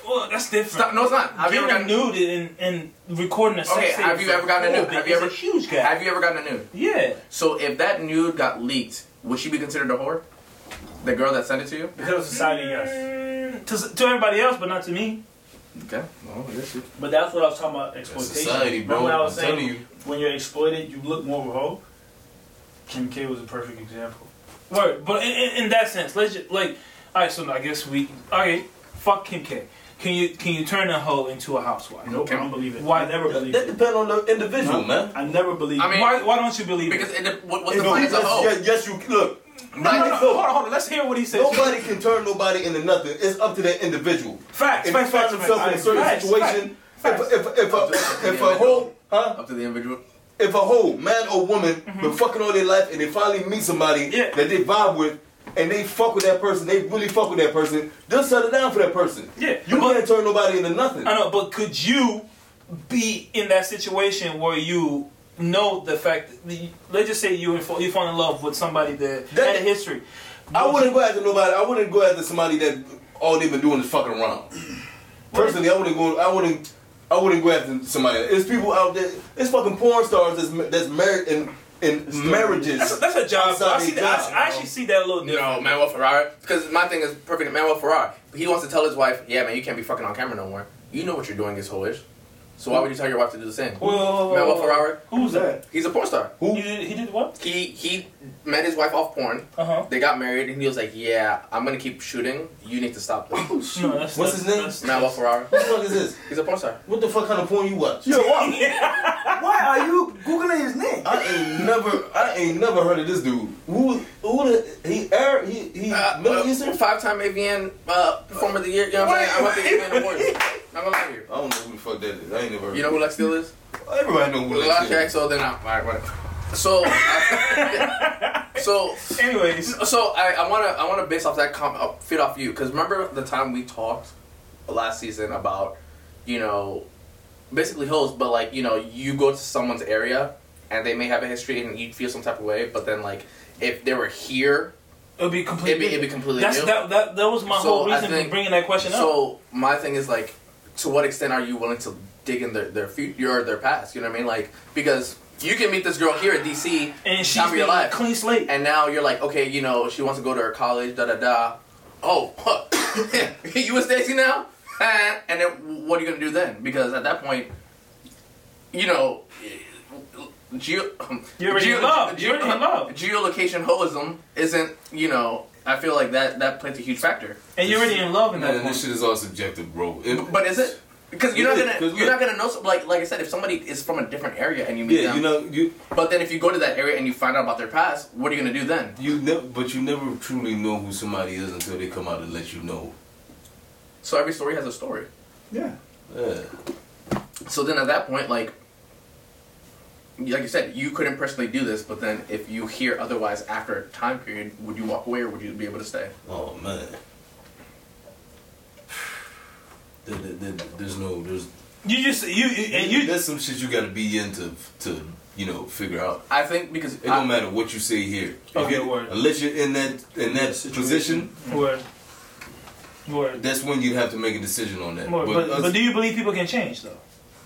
well, that's different.
Stop, no, it's not. Have you
Getting
ever
a
gotten
nude and, and recording a sex
Okay,
tape
have you
is
ever gotten a
whole
nude?
big-
Have you
it's
ever-
a huge guy?
Have you ever gotten a nude?
yeah.
So if that nude got leaked, would she be considered a whore? The girl that sent it to you?
Because of society, yes.
Mm, To, to everybody else, but not to me.
Okay. Well, yes, you-
But that's what I was talking about exploitation.
Society, bro.
Remember what I was
I'm
saying?
telling you.
When you're exploited, you look more of a hoe. Kim K was a perfect example.
Word. But in, in, in that sense, let's just, like, all right. So I guess we okay. Fuck Kim K. Can you can you turn a hoe into a housewife?
Nope, I don't believe it.
Why-
I never believe
That
it.
depends on the individual, man.
I never believe
I
it.
mean-
Why, why don't you believe
Because
it?
it, de- what, what's
If
the point
you-
of the hoe?
yes, yes, you look.
No, no, no,
Niggas look.
hold on, hold on. Let's hear what he says.
Nobody can turn nobody into nothing. It's up to that individual.
Facts,
If you
facts,
find
facts,
yourself in a
facts,
certain
facts,
situation, if
facts, facts.
if if a if a whole huh?
Up to the individual.
If a whole man or woman been fucking all their life and they finally meet somebody
Mm-hmm. Yeah.
that they vibe with. And they fuck with that person. They really fuck with that person. They'll settle down for that person.
Yeah,
you
but-
can't turn nobody into nothing.
I know, but could you be in that situation where you know the fact? That you, let's just say you in, you fall in love with somebody that,
That-
had a history.
I wouldn't go after nobody. I wouldn't go after somebody that all they've been doing is fucking around. Personally, I wouldn't go. I wouldn't. I wouldn't go after somebody. It's people out there. It's fucking porn stars that's that's married in in
That's a,
marriages.
that's a job. though. I, see
Outside
that,
job,
I, I actually see that a little
No,
different.
Manuel Ferrari. Because my thing is perfect. Manuel Ferrari. He wants to tell his wife, "Yeah, man, you can't be fucking on camera no more. You know what you're doing is hoish. So why would you tell your wife to do the same?"
Well,
Manuel Ferrari.
Who's that?
He's a porn star.
He did, he did what?
He he met his wife off porn.
Uh huh.
They got married, and he was like, "Yeah, I'm gonna keep shooting. You need to stop
Oh,
this."
No, that's,
What's
that's,
his name?
That's,
Manuel
that's,
Ferrari.
What the fuck is this?
He's a porn star.
What the fuck kind of porn you watch?
Yo, why, why are you googling his name?
I ain't never. I ain't never heard of this dude. Who? Who? The, he air? He? He?
Uh,
Middle Eastern? I
Five-time AVN uh, Performer of the Year. You know what I'm saying? I'm up there AVN awards. I'm gonna lie here.
don't know who the fuck that is. I ain't never. Heard
You know who Lex Steele is?
Everybody know who
Last
that
track,
is.
so then I. Alright, whatever. So, I- so,
Anyways,
so I, I wanna I wanna base off that com- uh, fit off you because remember the time we talked last season about you know basically hoes, but like you know you go to someone's area and they may have a history and you feel some type of way, but then like if they were here,
it'll be
it'd
completely.
be, it'd be completely
that's
new.
that, that. That was my
So,
whole
I
reason
think-
for bringing that question up.
So my thing is like, to what extent are you willing to dig in their their future or their past? You know what I mean? Like because you can meet this girl here at DC
And she's
time of your
been
life.
clean slate.
and now you're like, okay, you know, she wants to go to her college, da da da. Oh, huh. you with Stacy now? Eh, and then what are you gonna do then? Because at that point, you know, geo
You're already in love. You're already in love.
geolocation hoism isn't, you know, I feel like that that plays a huge factor.
And you're already in love in that
Man, this
point.
shit is all subjective, bro. It-
But is it? Because you're
It
not
is,
gonna
'cause
you're not
look-
gonna know some- like like I said if somebody is from a different area and you meet
yeah,
them.
you know you.
but then if you go to that area and you find out about their past, what are you gonna do then?
You never, but you never truly know who somebody is until they come out and let you know.
So every story has a story.
Yeah.
Yeah.
So then at that point, like, like you said, you couldn't personally do this, but then if you hear otherwise after a time period, would you walk away or would you be able to stay?
Oh man. There- there- there- There's no, there's,
You just you, you and you.
there's some shit you gotta be in to, to, you know, figure out.
I think because
It
I-
don't matter what you say here. If
Okay,
you-
word.
Unless you're in that in that position,
Word. Word.
that's when you'd have to make a decision on that.
Word. But,
us-
but do you believe people can change though?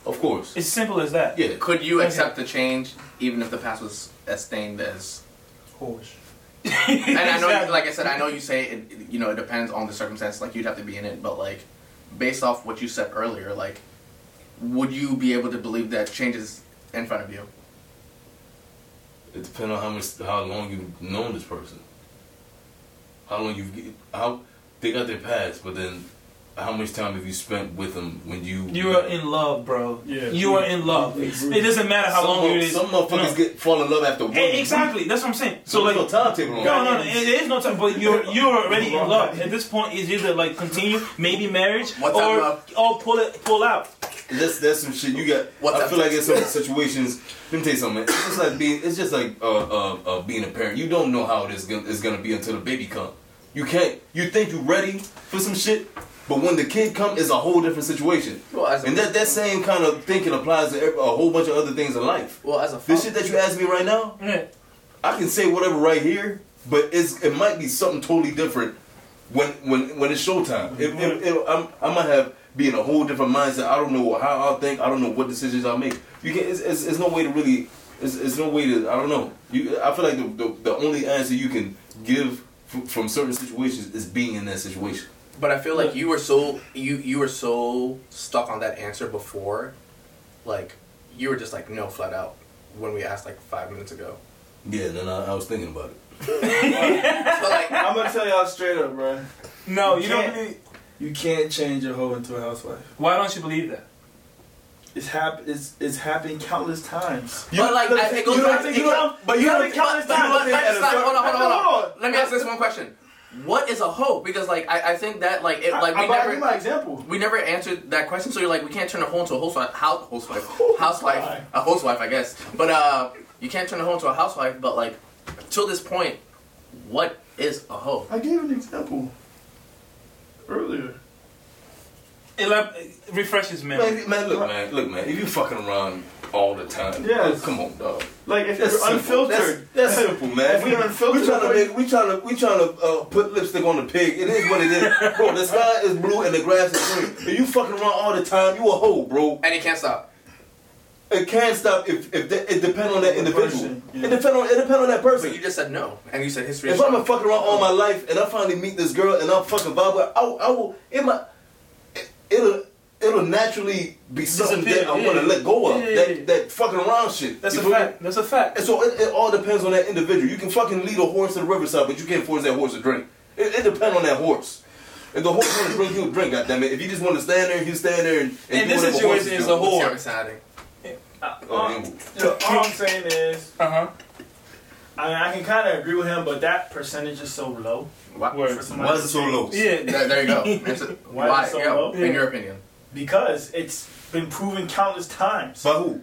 of course,
It's simple as that.
yeah.
could you
Okay.
accept the change even if the past was as stained as. And I know, you, like I said, I know you say it, you know it depends on the circumstance. Like you'd have to be in it, but like based off what you said earlier, like would you be able to believe that change is in front of you?
It depends on how much, how long you've known this person. How long you've, how they got their past, but then how much time have you spent with them when you?
You are in love, bro.
Yeah.
You are in love. It doesn't matter how
some
long
mo-
it is.
Some motherfuckers
No.
get fall in love after one.
Eh, exactly. That's what I'm saying.
So
So like,
there's no timetable on that.
No, no, no, there is no time. But you're you're already in love. At this point, it's either like continue, maybe marriage,
What's that
or
love?
or pull it, pull out.
That's that's some shit you got.
What's
I
up?
feel like in some situations, let me tell you something. Man. It's just like being, it's just like uh, uh, uh, being a parent. You don't know how it is gonna, it's gonna be until the baby come. You can't. You think you're ready for some shit, but when the kid come, it's a whole different situation.
Well, as a-
and that that same kind of thinking applies to every, a whole bunch of other things in life.
Well, as a
This shit that you ask me right now,
Yeah.
I can say whatever right here, but it's it might be something totally different when when when it's showtime. If, if, if I'm I might have be in a whole different mindset. I don't know how I'll think. I don't know what decisions I'll make. You can. It's, it's, it's no way to really. It's, it's no way to. I don't know. You. I feel like the the, the only answer you can give f- from certain situations is being in that situation.
But I feel like you were so you you were so stuck on that answer before, like you were just like no flat out when we asked like five minutes ago.
Yeah. Then I, I was thinking about it.
So like
I'm gonna tell y'all straight up, bro.
No, you
You
don't
can't.
believe.
You can't change a hoe into a housewife.
Why don't you believe that?
It's hap- it's, it's happened countless times.
but like, I- it goes
you don't
back to
think
you
you
know,
don't- but you don't count this
but-
time.
but- but- stop, Hold on, hold on, hold
Hold
on. Let me ask this one question: What is a hoe? Because like, I, I think that like, it, like
I,
we
I, but I give my
never.
example.
We never answered that question, so you're like, we can't turn a hoe into a housewife. How, housewife,
Oh
housewife, a housewife, I guess. But uh, you can't turn a hoe into a housewife. But like, till this point, what is a hoe?
I gave an example earlier.
Elab- refresh his memory.
Man, man, look, man, look, man. If you fucking around all the time,
Yes.
come on, dog.
Like if
That's
it's
simple.
unfiltered.
That's, that's simple, man.
If we unfiltered,
we trying to
like-
make, we trying to, we trying to uh, put lipstick on the pig. It is what it is, bro. The sky is blue and the grass is green. If you fucking around all the time, you a hoe, bro.
And it can't stop.
It can't stop if, if that, it depends on that individual.
Person, yeah.
It depend on, it depend on that
But
person.
you just said no, and you said history.
If
is
I'm
wrong.
a fucking around all my life and I finally meet this girl and I'm fucking vibe with her, I, will- I will, it might, it, it'll, it'll naturally be something that I want to
yeah.
let go of.
Yeah, yeah, yeah.
That, that fucking around shit.
That's
You
a
feel me?
fact. That's a fact.
And so it, it all depends on that individual. You can fucking lead a horse to the riverside, but you can't force that horse to drink. It, it depends on that horse. If the horse want to drink, he'll drink. Goddamn it! If you just want to stand there, he'll stand there. And, do
In this
whatever horses
situation, it's
do.
a whore.
Sound exciting.
Oh,
Um, so all I'm saying is,
Uh huh.
I mean, I can kind of agree with him, but that percentage is so low.
Why-
for
Word.
somebody to change.
Yeah.
There, there you go. It's a-
Why
why?
is it so
yeah,
low?
In your opinion,
Because it's been proven countless times.
By who?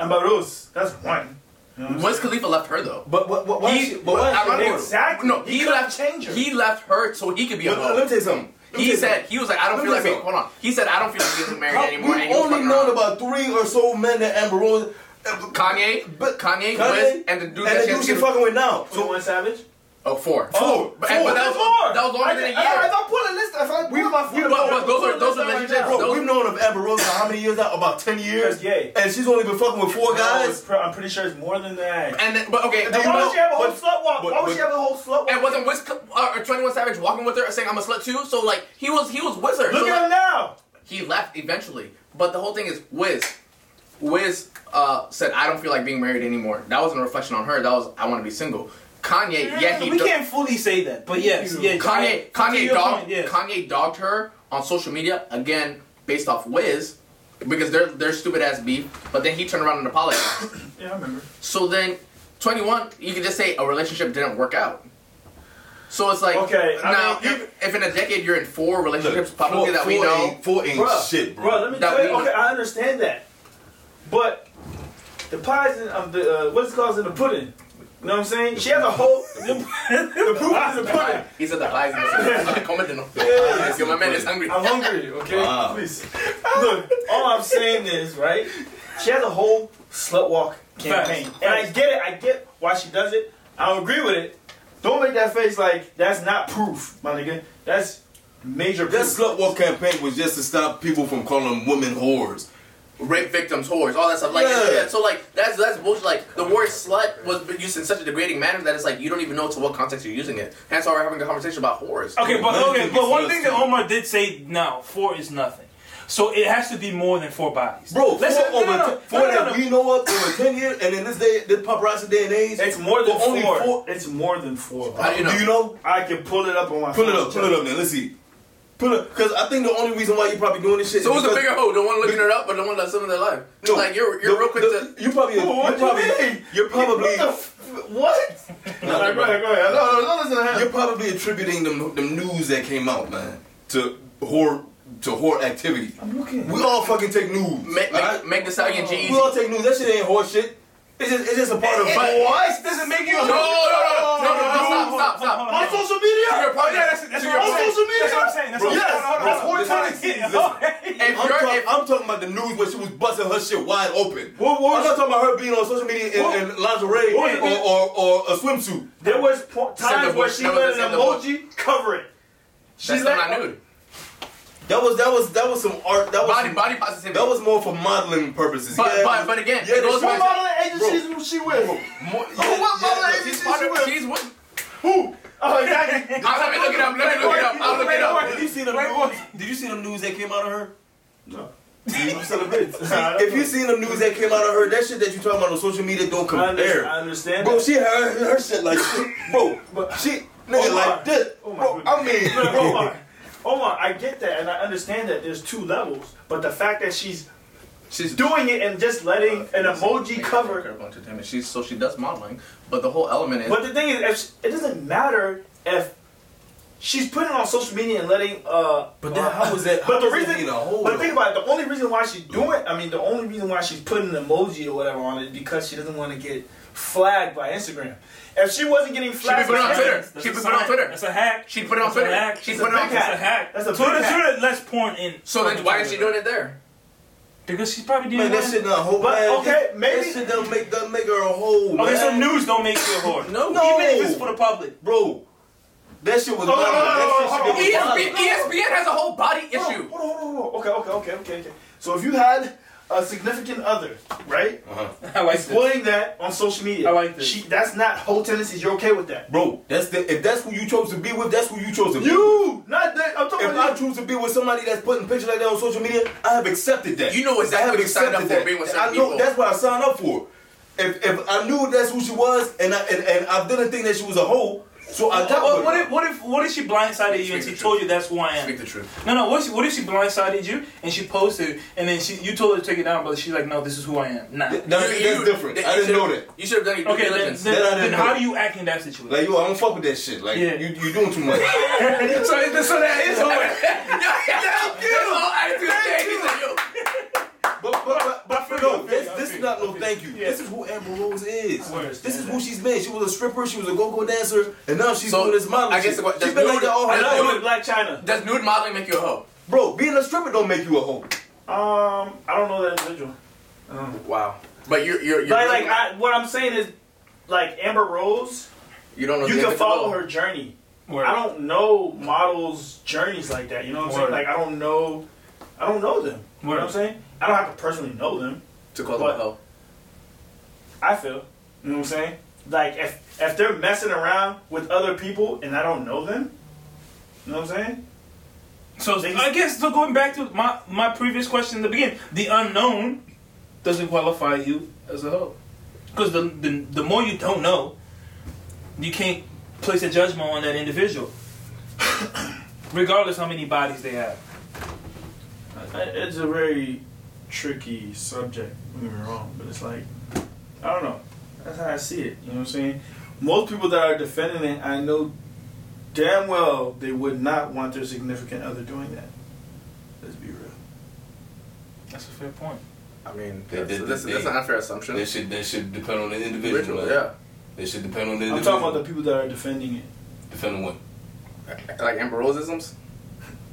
and by those, that's one. You know what I'm
Wiz Khalifa left her though.
But but, but why?
He-
is she, but why? is she
ironically-
horrible?
Exactly.
No,
He
he,
could've
left.
changed her.
He left her so he could be a
But, uh, let me
hoe.
tell you something. Let
He
me tell you
said
something.
he was like, I don't
Let me
feel like
tell
being.
you
Hold on. He said I don't feel like being married
How-
anymore. And
We've
he was
only
fucking
known
around.
about three or so men that Amber Rose,
Kanye,
but
Kanye,
Kanye,
Wiz, and the dude
and
that
the
she had
dude
to
she's
get-
fucking with now.
saying? 21 Savage?
Oh, four.
Four.
But, and- but
Four.
that was
Four.
that was
I,
longer than a
I,
year.
I, if I pull a list, if I pull my
we-
phone
but-
out,
but those
pull
are-
a
those
list
are
out right
relationships.
now.
Bro, we've known of Amber Rose for how many years now? About ten years.
That's gay.
And she's only been fucking with four
No,
guys.
it's pro- I'm pretty sure it's more than that.
And then, but okay.
And
do
And
you
why
know-
would she have a whole
but-
slut walk?
but-
Why would
but-
she have a whole slut walk?
and wasn't Wiz uh, or Twenty One Savage walking with her, saying I'm a slut too? So like he was, he was with her. so,
Look at
like,
him now.
he left eventually. But the whole thing is Wiz. Wiz uh, said, "I don't feel like being married anymore." That wasn't a reflection on her. That was I want to be single. Kanye, yeah, he
we
do-
can't fully say that, but yes, yeah.
Kanye
I- to
Kanye
your
dogged
point, yes.
Kanye dogged her on social media again based off Wiz because they're they're stupid ass beef. But then he turned around and apologized.
Yeah, I remember.
so then, twenty one, you could just say a relationship didn't work out. So it's like
Okay, I
now
mean, you-
if, if in a decade you're in four relationships
Look,
publicly
four-
that we
four
know.
ain't- four ain't
Bruh,
shit, bro.
bruh, let me
That
tell you.
we-
Okay, I understand that, but the pies in um, the uh, what's it called in the pudding. You know what I'm saying? She has a whole. the proof is in the pudding.
He said the pies. Come in. Yo, my man is hungry.
I'm hungry. Okay,
Wow.
please. Look, all I'm saying is right. She has a whole slut walk campaign,
Facts.
and I get it. I get why she does it. I don't agree with it. Don't make that face like that's not proof, my nigga. That's major proof.
That slut walk campaign was just to stop people from calling women whores.
rape victims, whores, all that stuff. Like,
Yeah.
yeah, so like that's that's bullshit. Like the word slut was used in such a degrading manner that it's like you don't even know to what context you're using it. Hence, why we're having a conversation about whores.
Okay, but
Nothing
okay,
can be
but one
solid
thing that
state.
Omar did say now, four is nothing. So it has to be more than four bodies.
Bro,
Let's-
four,
no,
over
no, no,
ten-
no,
four
no, no,
that
no.
we know of over 10 years, and in this day, this paparazzi day and age.
It's more than
Well, only
four.
four-
It's more than four.
How do you know?
Do you know?
I can pull it up on my
Pull it
phone.
up, pull it up, man. Let's see. Pull it Because I think the only reason why you're probably doing this shit
so
is
who's the
because-
bigger hoe? The one looking it up, or the one that's living their life?
No,
like you're you're
the-
real quick
the-
to.
You probably.
What
you probably.
do you mean?
You're probably.
What? The f- what? No, no, go ahead, go ahead. No, no, no, listen to him.
You're probably attributing them them news that came out, man, to whore to whore activity.
I'm looking.
We all fucking take news.
Make,
alright?
make, make the stallion G.
We all take news. That shit ain't horse shit. It's just it's just a part of.
But-
What? Does it make you
No, no, no, no, no, no, no, stop, stop, stop.
on social media?
To your point, to your
I'm
point.
social media?
That's what I'm saying. That's what I'm
Yes,
saying. Hold on,
that's
hold on.
what I'm
Listen,
trying to
listen,
get.
listen.
If
I'm,
you're
talk-
if,
I'm talking about the news when she was busting her shit wide open.
What- what
I'm
was-
not talking about her being on social media
What-
in, in lingerie
what-
or, or, or a swimsuit.
There was po-
Send the
times where
book.
she
No,
let
send
an
the book.
emoji cover it. She
that's
let-
not nude.
That was that was that was some art. That was
Body
some-
body positivity.
oh, That was more for modeling purposes.
But-
yeah,
but- but again,
yeah,
it goes
they-
back
What
to-
modeling agencies was she with?
More,
Oh, what modeling
look,
agency
it's
she
part of-
with?
She's what?
Who? Oh, exactly.
Ah, Let me look it up. Let me look it up. I'll look it up.
Did you see the news? Did you see the news that came out of her?
No. I'm still a bitch.
If you seen the news that came out of her, that shit that you talking about on social media don't
I under- I
compare.
understand.
Bro,
that.
she her her shit like, bro,
But-
she nigga
Omar.
like this.
Oh my
Bro, I mean,
Look,
bro,
Omar. Omar, I get that and I understand that there's two levels, but the fact that she's
She's
doing it and just letting an emoji cover.
Her bunch of damage. She's so she does modeling, but the whole element is
But the thing is, if she- it doesn't matter if she's putting it on social media and letting. Uh,
But then how was that?
But the
how was that
reason-
being a whole
but think about it. The only reason why she's doing, I mean, the only reason why she's putting an emoji or whatever on it is because she doesn't want to get flagged by Instagram. If she wasn't getting
She
flagged,
be put it
by
on
Instagram-
Twitter. She
a
be put it on
sign.
Twitter.
That's a hack.
She put it on
That's a
Twitter.
hack.
She
That's
put it
a
on
hack. That's
Twitter.
a hack.
That's a big
Twitter.
hack.
Twitter less porn in.
So then why is she doing it there?
Because she's probably doing
Man, that shit not whole.
But,
man,
okay,
that-
maybe-
that shit don't make doesn't make her a whole.
Okay,
man.
so news don't make you a whore.
No.
No.
Even if it's for the public.
bro. That shit was.
no, no, no, no,
that
no,
shit should
ESPN,
be
oh.
ESPN has a whole body
Hold on,
issue.
Hold on, hold on, hold on. Okay, okay, okay, okay, okay. So if you had a significant other, right,
I like this.
exploiting that on social media,
I like this.
She, that's not whole tendencies. You're okay with that?
Bro, that's the if that's who you chose to be with, that's who you chose to be. with.
You, not that. I'm talking
If I
about you.
choose to be with somebody that's putting pictures like that on social media, I have accepted that.
You know exactly
I have
what you signed
accepted
up for,
that.
being with
I know
certain people.
that's what I signed up for. If if I knew that's who she was, and I and, and I didn't think that she was a hoe, so I got
What,
with
what
her.
if what if what if she blindsided you and
Speak
she
the
told you that's who I am?
Speak the truth.
No, no. What if, what if she blindsided you and she posted and then she you told her to take it down, but she's like, no, this is who I am. Nah.
That- that's different. I didn't know that.
You should have done your due
Okay, then,
diligence.
then,
That I
then
didn't
how
know.
do you act in that situation?
Like yo, I don't fuck with that shit. Like
Yeah.
you you doing too much.
so, it's- so that is whole. Thank you.
But but but, but for no, this,
I
this is
feel you,
not
I
no
feel
thank you.
Yeah.
This is who Amber Rose is.
I understand
This is who
that.
she's been. She was a stripper. She was a go-go dancer, and now she's
So,
doing this modeling.
I guess
shit.
what-
she's
that's
been like
nude-
that all her
that's
life.
nude.
With Black China.
Does nude modeling make you a hoe?
Bro, being a stripper don't make you a hoe.
Um, I don't know that individual.
Wow. But you're you're, you're
Like, like I, what I'm saying is, like Amber Rose,
you don't know.
you
the
can follow
individual.
her journey.
Word.
I don't know models' journeys like that. You know what I'm saying?
Word.
Like I don't know, I don't know them. You know
Word.
what I'm saying? I don't have to personally know them.
to call them
What?
a hoe.
I feel. You know what I'm saying? Like if if they're messing around with other people and I don't know them, you know what I'm saying?
So
They-
I guess so. Going back to my my previous question in the beginning, the unknown doesn't qualify you as a hoe, because the, the the more you don't know, you can't place a judgment on that individual, regardless how many bodies they have.
It's a very tricky subject. Don't get me wrong, but it's like I don't know. That's how I see it. You know what I'm saying? Most people that are defending it, I know damn well they would not want their significant other doing that. Let's be real.
That's a fair point.
I mean,
They
that's,
did the
that's, that's
thing.
an unfair assumption.
That should that should depend on the individual.
Individual,
like,
yeah.
That should depend on the
I'm
individual.
talking about the people that are defending it.
depend on what.
Like Amber Roseisms.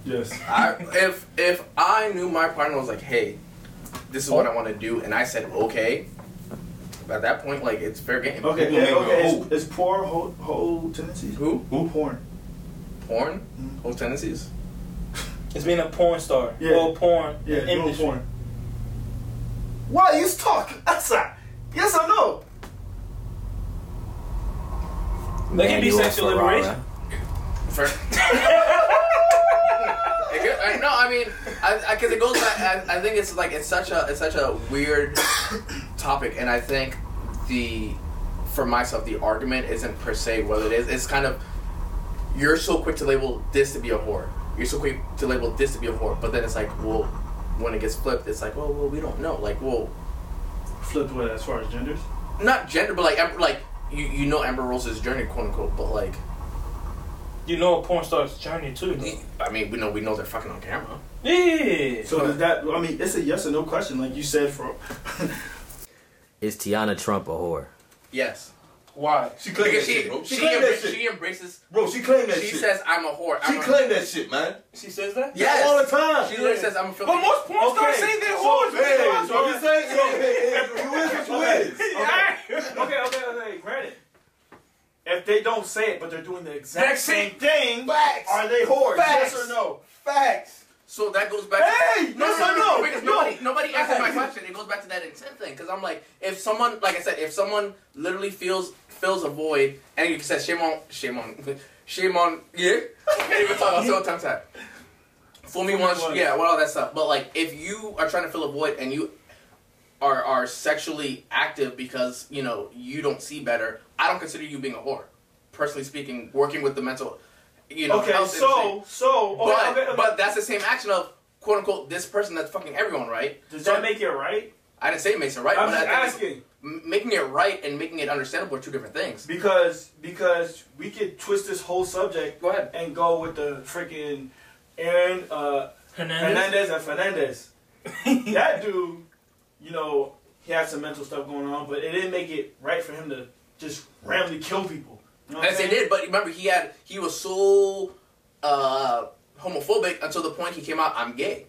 Yes.
I, if if I knew my partner was like, hey, this is what I want to do, and I said okay, at that point, like it's fair game.
Okay.
People
Yeah,
make
okay.
a
It's,
whole-
it's poor whole whole tendencies.
Who
Who porn?
porn?
Mhm.
Whole tendencies?
It's being a porn star
Yeah.
or porn
Yeah, no
industry.
porn. Why you talk? Answer. Yes or no?
They can be
Manual
sexual
Ferrara.
liberation.
Fair. It could- I- no, I mean, I because it goes back. I, I think it's like it's such a it's such a weird topic, and I think the for myself the argument isn't per se what it is. It's kind of you're so quick to label this to be a whore. You're so quick to label this to be a whore, but then it's like, well, when it gets flipped, it's like, well, well, we don't know. Like, well,
Flipped what as far as genders?
not gender, but like, Em- like you you know Amber Rose's journey, quote unquote, but like,
You know a porn star's journey too. though.
I mean, we know we know they're fucking on camera.
Yeah.
So does that? I mean, it's a yes or no question, like you said, for
Is Tiana Trump a whore?
Yes.
Why?
She claimed
Because
that shit,
she
bro.
she,
She claimed that
embra-
shit.
she embraces.
Bro, she claimed that
She
shit.
says I'm a whore. I'm
she
a,
claimed that shit, man.
She says that.
Yes.
All the time.
She literally says I'm a filthy.
But most porn stars
Okay.
say they're
So-
whores.
Hey,
man.
so you say, yo, hey, hey, you is what you is.
okay, okay, okay. Granted, if they don't say it, but they're doing the exact
That's
same
it.
thing,
Facts.
are they whores?
Facts.
Yes or no?
Facts.
so that goes back.
Hey,
to, no,
yes
no,
or
no,
no?
Because
No.
nobody, nobody answered my question. It goes back to that intent thing. Because I'm like, if someone, like I said, if someone literally feels fills a void, and you said shame on, shame on, shame on, yeah, can't even talk. I'm so tongue tied. Fool me once,
once.
yeah, well, all that stuff. But like, if you are trying to fill a void and you are are sexually active because you know you don't see better, I don't consider you being a whore. Personally speaking, working with the mental you know.
Okay,
health
so
industry.
so okay,
but
Oh, okay, okay.
but that's the same action of quote unquote this person that's fucking everyone, right?
does
so-
that make it right?
I didn't say it makes it right,
I'm
but
just
I think
asking
m- making it right and making it understandable are two different things.
because because we could twist this whole subject
Go ahead.
and go with the freaking Aaron uh,
Hernandez.
Hernandez and Fernandez. that dude, you know, he had some mental stuff going on, but it didn't make it right for him to just randomly kill people. You know what I'm
As they
saying?
did, but remember he had he was so uh, homophobic until the point he came out. I'm gay.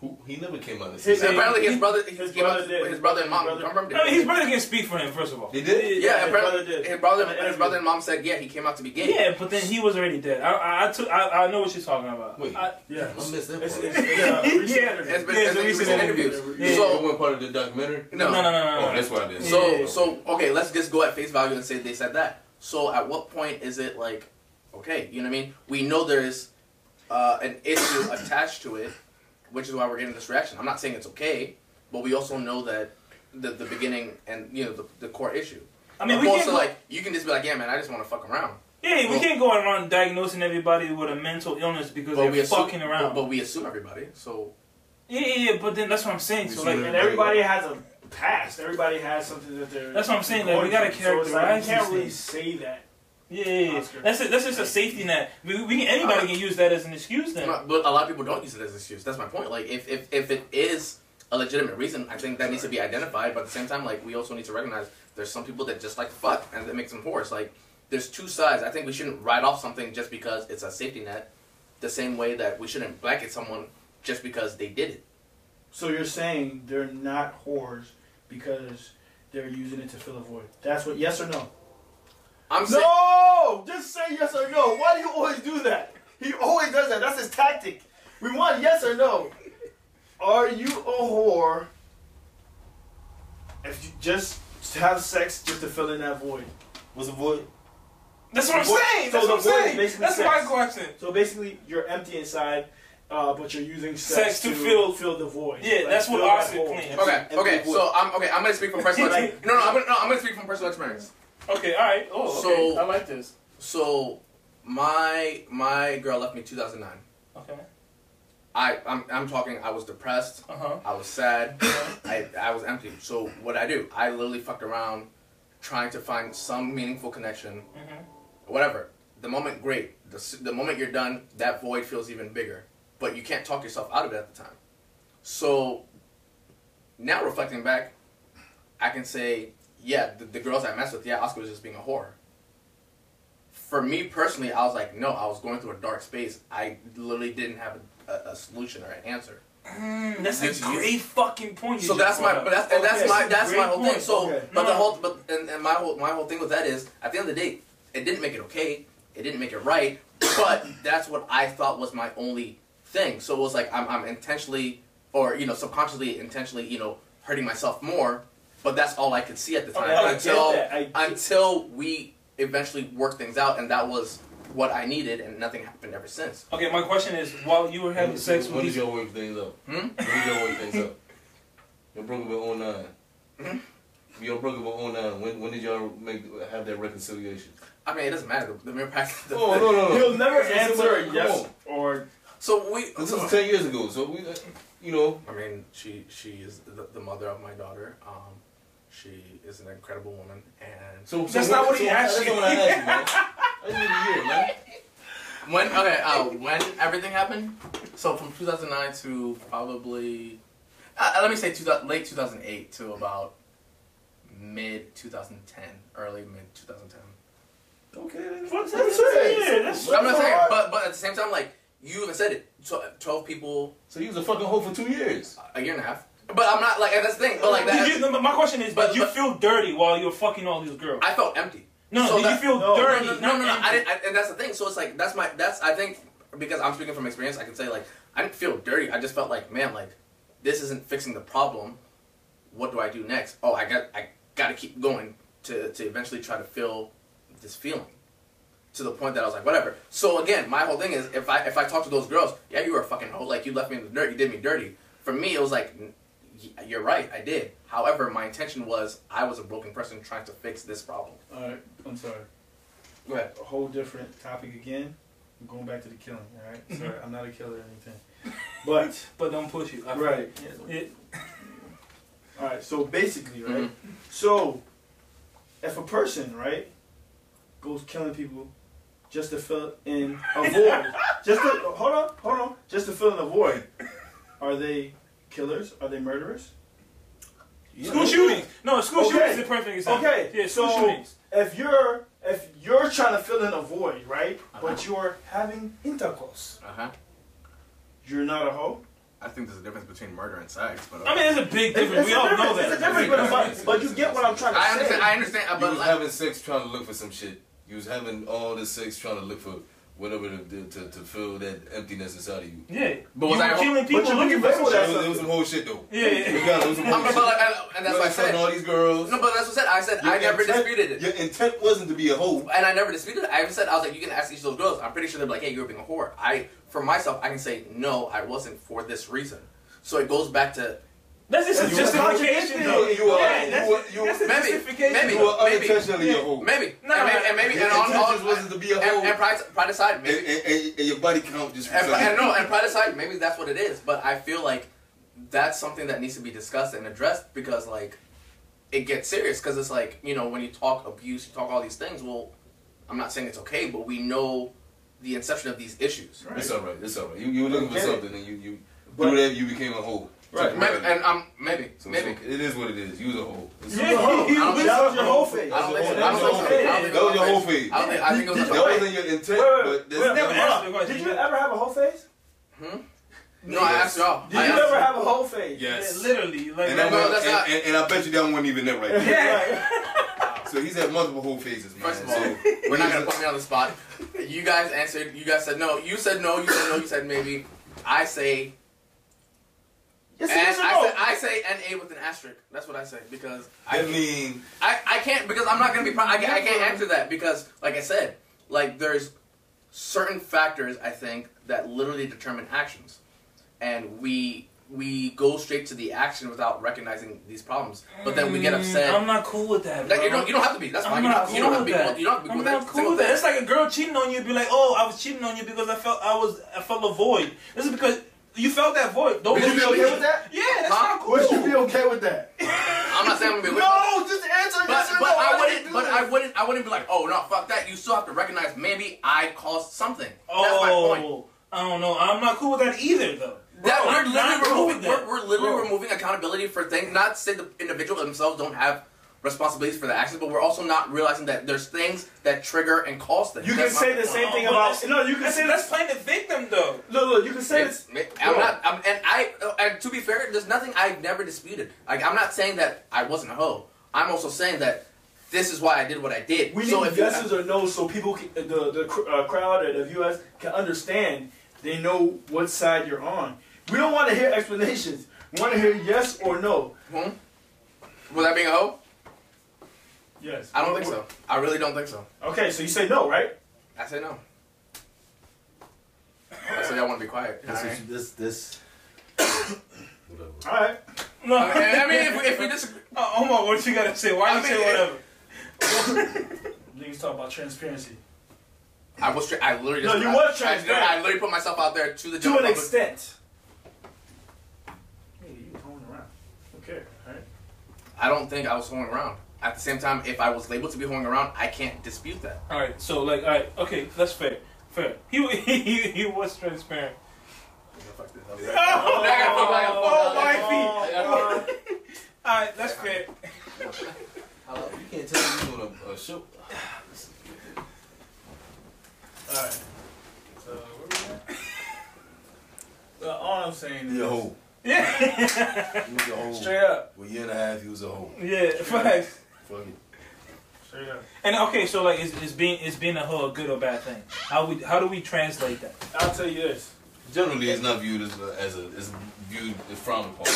Who, he never came out and
His-
said
And apparently his brother, he
His
came out-
brother did.
his brother and mom.
His brother-
I remember.
I mean, his brother can speak for him, first of all.
They did?
Yeah,
his
apparently
brother did.
his brother,
In an
his brother and mom said, yeah, he came out to be gay.
Yeah, but then he was already dead. I I, I, took, I, I know what you're talking about.
Wait.
I,
Yeah.
I missed that
It's,
part.
it's, yeah, recent
Yeah.
interview.
It's been,
Yeah,
it's been
so he
recent
said-
interviews.
Yeah.
So it
So,
wasn't part of the documentary?
No.
no, no, no, no.
Oh,
no.
that's why I didn't.
so,
Yeah.
so, okay, let's just go at face value and say they said that. So, at what point is it like, okay, you know what I mean? We know there's uh, an issue attached to it, which is why we're getting this reaction. I'm not saying it's okay, but we also know that the, the beginning and you know the, the core issue.
I mean, we
Opposed
can't
to
go-
Oh, like you can just be like, yeah, man, I just want to fuck around.
Yeah, we
Well-
can't go around diagnosing everybody with a mental illness because
But
they're
we assume,
fucking around.
But, but we assume everybody. So
yeah, yeah, yeah, but then that's what I'm saying.
We
So
assume
like,
And everybody has a past. Everybody has something that they're.
That's what I'm saying, like, we gotta
So it's like,
characterize
you can't
these
really
things.
say that.
yeah, yeah, yeah.
Oscar.
that's it, that's just a safety net. We, we can, anybody can use that as an excuse then.
But but a lot of people don't use it as an excuse. That's my point. Like if, if, if it is a legitimate reason, I think that needs to be identified. But at the same time, like we also need to recognize there's some people that just like fuck and that makes them whores. Like there's two sides. I think we shouldn't write off something just because it's a safety net. The same way that we shouldn't blanket someone just because they did it.
So you're saying they're not whores because they're using it to fill a void. That's what. Yes or no?
I'm saying
No. Just say yes or no. Why do you always do that? He always does that. That's his tactic. We want yes or no. Are you a whore? If you just have sex just to fill in that void.
Was a void?
that's what I'm
What-
saying.
so
That's
the
what I'm
word is
saying.
basically
That's
sex.
my question.
So basically, you're empty inside, uh, but you're using sex,
Sex to fill-
fill the void.
Yeah, that's what
fill that
Austin
hole.
claimed.
okay, okay. So I'm okay. I'm gonna speak from personal.
Like-
experience. No, no, I'm gonna, no. I'm gonna speak from personal experience.
Okay, all right. Oh, okay.
So-
I like this.
So my my girl left me 2009.
Okay.
I I'm, I'm talking. I was depressed.
Uh huh.
I was sad.
uh-huh.
I, I was empty. So what I do, I literally fucked around trying to find some meaningful connection,
Mm-hmm.
whatever. The moment, great. The, s- the moment you're done, that void feels even bigger. But you can't talk yourself out of it at the time. So now reflecting back, I can say, yeah, the, the girls I messed with, yeah, Oscar was just being a whore. For me personally, I was like, no, I was going through a dark space. I literally didn't have a, a, a solution or an answer.
Mm, that's
Did
a
you-
great fucking point. you
So
just
that's my,
brought
but
up.
that's and that's
Okay.
my that's my
Great
whole
point.
thing. So,
Okay.
but
No,
the
no.
whole but and, and my whole my whole thing with that is at the end of the day, it didn't make it okay. It didn't make it right. But that's what I thought was my only thing. So it was like I'm I'm intentionally or you know subconsciously intentionally you know hurting myself more. But that's all I could see at the time
Okay, I get
until
that. I get-
until we eventually worked things out, and that was what I needed, and nothing happened ever since.
Okay, my question is: While you were having sex with
When did
these,
y'all work things up?
Hmm?
When did y'all work things up? Y'all broke up in 09.
Hmm?
Y'all broke up in 09. When, when did y'all make have that reconciliation?
I mean, it doesn't matter. The, the mere fact. The,
Oh, no, no, no.
He'll never
It's a
answer a
simple-
yes
come
or
So we.
Oh,
This was 10 years ago, so we, uh, you know.
I mean, she she is the, the mother of my daughter. Um, she is an incredible woman, and
So, so
That's not what he
so-
asked
That's
you.
not what I asked you, man. I need to hear, man.
when okay, uh, when everything happened, so from 2009 to probably, uh, let me say 2000, late 2008 to about mid 2010, early mid 2010.
what's
That's
that?
it. That's-
I'm not saying, but but at the same time, like you even said it, tw- 12 people
So you was a fucking hoe for two years.
a year and a half. But I'm not like and that's the thing. But like that,
Did you, my question is:
But-
Did you
but-
feel dirty while you were fucking all these girls?
I felt empty.
No,
So
did
that-
you feel
no,
dirty?
Oh, No, no,
not
no, no. I
angry?
didn't, I, and that's the thing. So it's like that's my that's I think because I'm speaking from experience, I can say like I didn't feel dirty. I just felt like man, like this isn't fixing the problem. What do I do next? Oh, I got I got to keep going to to eventually try to fill this feeling to the point that I was like whatever. So again, my whole thing is if I if I talk to those girls, yeah, you were a fucking hoe. Like you left me in the dirt. You did me dirty. For me, it was like. n- y- You're right, I did. However, my intention was I was a broken person trying to fix this problem.
All right, uh, I'm sorry.
Go ahead.
A whole different topic again. I'm going back to the killing, all right? Sorry, I'm not a killer or anything. But,
But don't push it. I-
right.
It,
All right, so basically, right? So, if a person, right, goes killing people just to fill in a void, just to, hold on, hold on, just to fill in a void, are they killers? Are they murderers?
school shootings. No, school
Okay.
shootings is the perfect example.
Okay,
Yeah, school
so-
shootings.
If you're if you're trying to fill in a void, right, but you're having intercourse,
Uh huh.
you're not a hoe.
I think there's a difference between murder and sex, but
I mean, it's a big
It's,
difference.
it's
we
a
all know
difference,
that.
it's a difference,
It's a
but,
difference.
but, but you get what I'm trying to
I
say.
understand. I understand.
you
But
was
like,
having sex trying to look for some shit. You was having all this sex trying to look for whatever to to, to, to fill that emptiness inside of you.
Yeah.
But was
you
I-
were killing
But
people
you're looking
looking
for
for
It
something.
was, it was some whole shit though.
Yeah, yeah.
You got it, it was some
I'm
whole
but
shit.
like, I- and that's what
you
I
was fucking
said.
all these girls.
No, but that's what I said. I said
Your
I never
intent-
disputed it.
Your intent wasn't to be a hoe.
And I never disputed it. I even said I was like, you can ask each of those girls. I'm pretty sure they're like, hey, you were being a whore. I, for myself, I can say no, I wasn't for this reason. So it goes back to
That's just a
You were
justification,
contradicting
though.
it. You were-
yeah,
you
that's,
were- you
that's
were-
a
Maybe,
justification.
maybe.
You were unintentionally a hoe.
maybe,
No,
and maybe,
no,
and maybe,
Your
and on all,
intentions wasn't to be a
and,
hoe.
and pride, pride aside,
And,
maybe,
and, and, and your body count just.
and, and no, and pride aside, maybe that's what it is. But I feel like that's something that needs to be discussed and addressed because, like, it gets serious. Because it's like you know when you talk abuse, you talk all these things. Well, I'm not saying it's okay, but we know the inception of these issues.
Right.
It's all right. It's all right. You, you were looking for
Okay.
something and you you
But-
through that you became a hoe.
Right.
Maybe, and I'm maybe,
So it's
maybe.
okay. it is what it is. You was a hoe. It's-
You're a hoe.
I don't-
That was your whole face.
I don't think so.
That
I
was
don't
your
think so. I
face.
don't think
That was your whole
I don't think. I think it was.
Did-
a-
That wasn't your intent,
Wait, wait,
but that's
wait,
that
wait,
was-
asked the
hold on.
question.
Did you ever have a whole face?
No, I asked y'all.
Did
I
you
asked-
ever have a whole face?
Yeah,
Yes.
literally. Like,
And, that
No,
one,
that's
and,
not-
and, and I bet you that wasn't even it right there.
Yeah.
So he's had multiple whole phases, man.
First of all,
so
we're not gonna put me on the spot. You guys answered. You guys said no. You said no. You said no. You said maybe. I say.
Yes,
And
yes or
I,
no?
say I say and a with an asterisk. That's what I say because
I mean,
I, I can't because I'm not gonna be. pro- I, ca- I can't answer that because like I said, like there's certain factors I think that literally determine actions, and we we go straight to the action without recognizing these problems. But then we get upset.
Mm, I'm not cool with that. Bro.
like, you don't you don't have to be. That's
I'm
fine. You
not
don't,
cool
you don't have to
with
be.
that.
You don't have to be
I'm
with
not
that.
cool with that. It's like a girl cheating on you. Be like, oh, I was cheating on you because I felt I was I felt a void. This is because you felt that void. Don't
Would
Would you be
bullshit
okay
me.
with that?
Yeah, that's
Huh?
not cool.
Would you be okay with that?
I'm not saying I'm gonna be. with that.
No, just answer
But,
yes or
but
no.
I
Why did you
wouldn't.
do
But
that?
I wouldn't. I wouldn't be like, oh no, fuck that. You still have to recognize maybe I caused something. That's my
oh,
point.
I don't know. I'm not cool with that either, though.
That
Bro,
we're
I'm not
literally
cool
removing.
with that.
We're, we're literally
Bro.
removing accountability for things. Not to say the individual themselves don't have responsibilities for the actions, but we're also not realizing that there's things that trigger and cause things.
You can
That's my
say the
point.
same thing
Well,
about.
that's-
No, you can
That's,
say
that's
this.
playing the victim, though.
Look, look, you can say this.
It's- I'm
Yo.
not, I'm, and I, and to be fair, there's nothing I've never disputed. Like, I'm not saying that I wasn't a hoe. I'm also saying that this is why I did what I did.
We
so
need
if you-
yeses or nos so people, can, the the cr- uh, crowd or the viewers can understand. They know what side you're on. We don't want to hear explanations. We want to hear yes or no.
Hmm? Was that being a hoe?
Yes.
I don't think so. I really don't think so.
Okay, so you say no, right?
I say no. I say I want to be quiet.
This,
Alright.
is- this, this.
whatever.
All right.
No,
I mean, I mean, if, if we disagree,
Uh, Omar, what you gotta say? Why
I
you say
mean,
whatever?
Niggas talk about transparency
I was. Tra- I literally.
No,
Just,
you
I,
were
I-
transparent.
I, literally put myself out there to the
to
general
an
public.
extent. Hey, you going around? Okay. All right.
I don't think I was hoeing around. At the same time, if I was labeled to be hoeing around, I can't dispute that.
All right, so like, all right, okay, that's fair, fair. He he he was transparent.
I gotta put my-
Oh, wifey.
Oh,
All right, that's fair.
You can't tell me you on a, a show.
All right. So where we at? Well, all I'm saying is
You a hoe.
Yeah,
You was a hoe.
straight up,
For a year and a half, you was a hoe.
yeah, facts.
Fuck it.
straight up.
And okay, so like, is, is being is being a hoe a good or bad thing? How we how do we translate that?
I'll tell you this.
Generally, it's not viewed as a, as a it's viewed as frowned upon.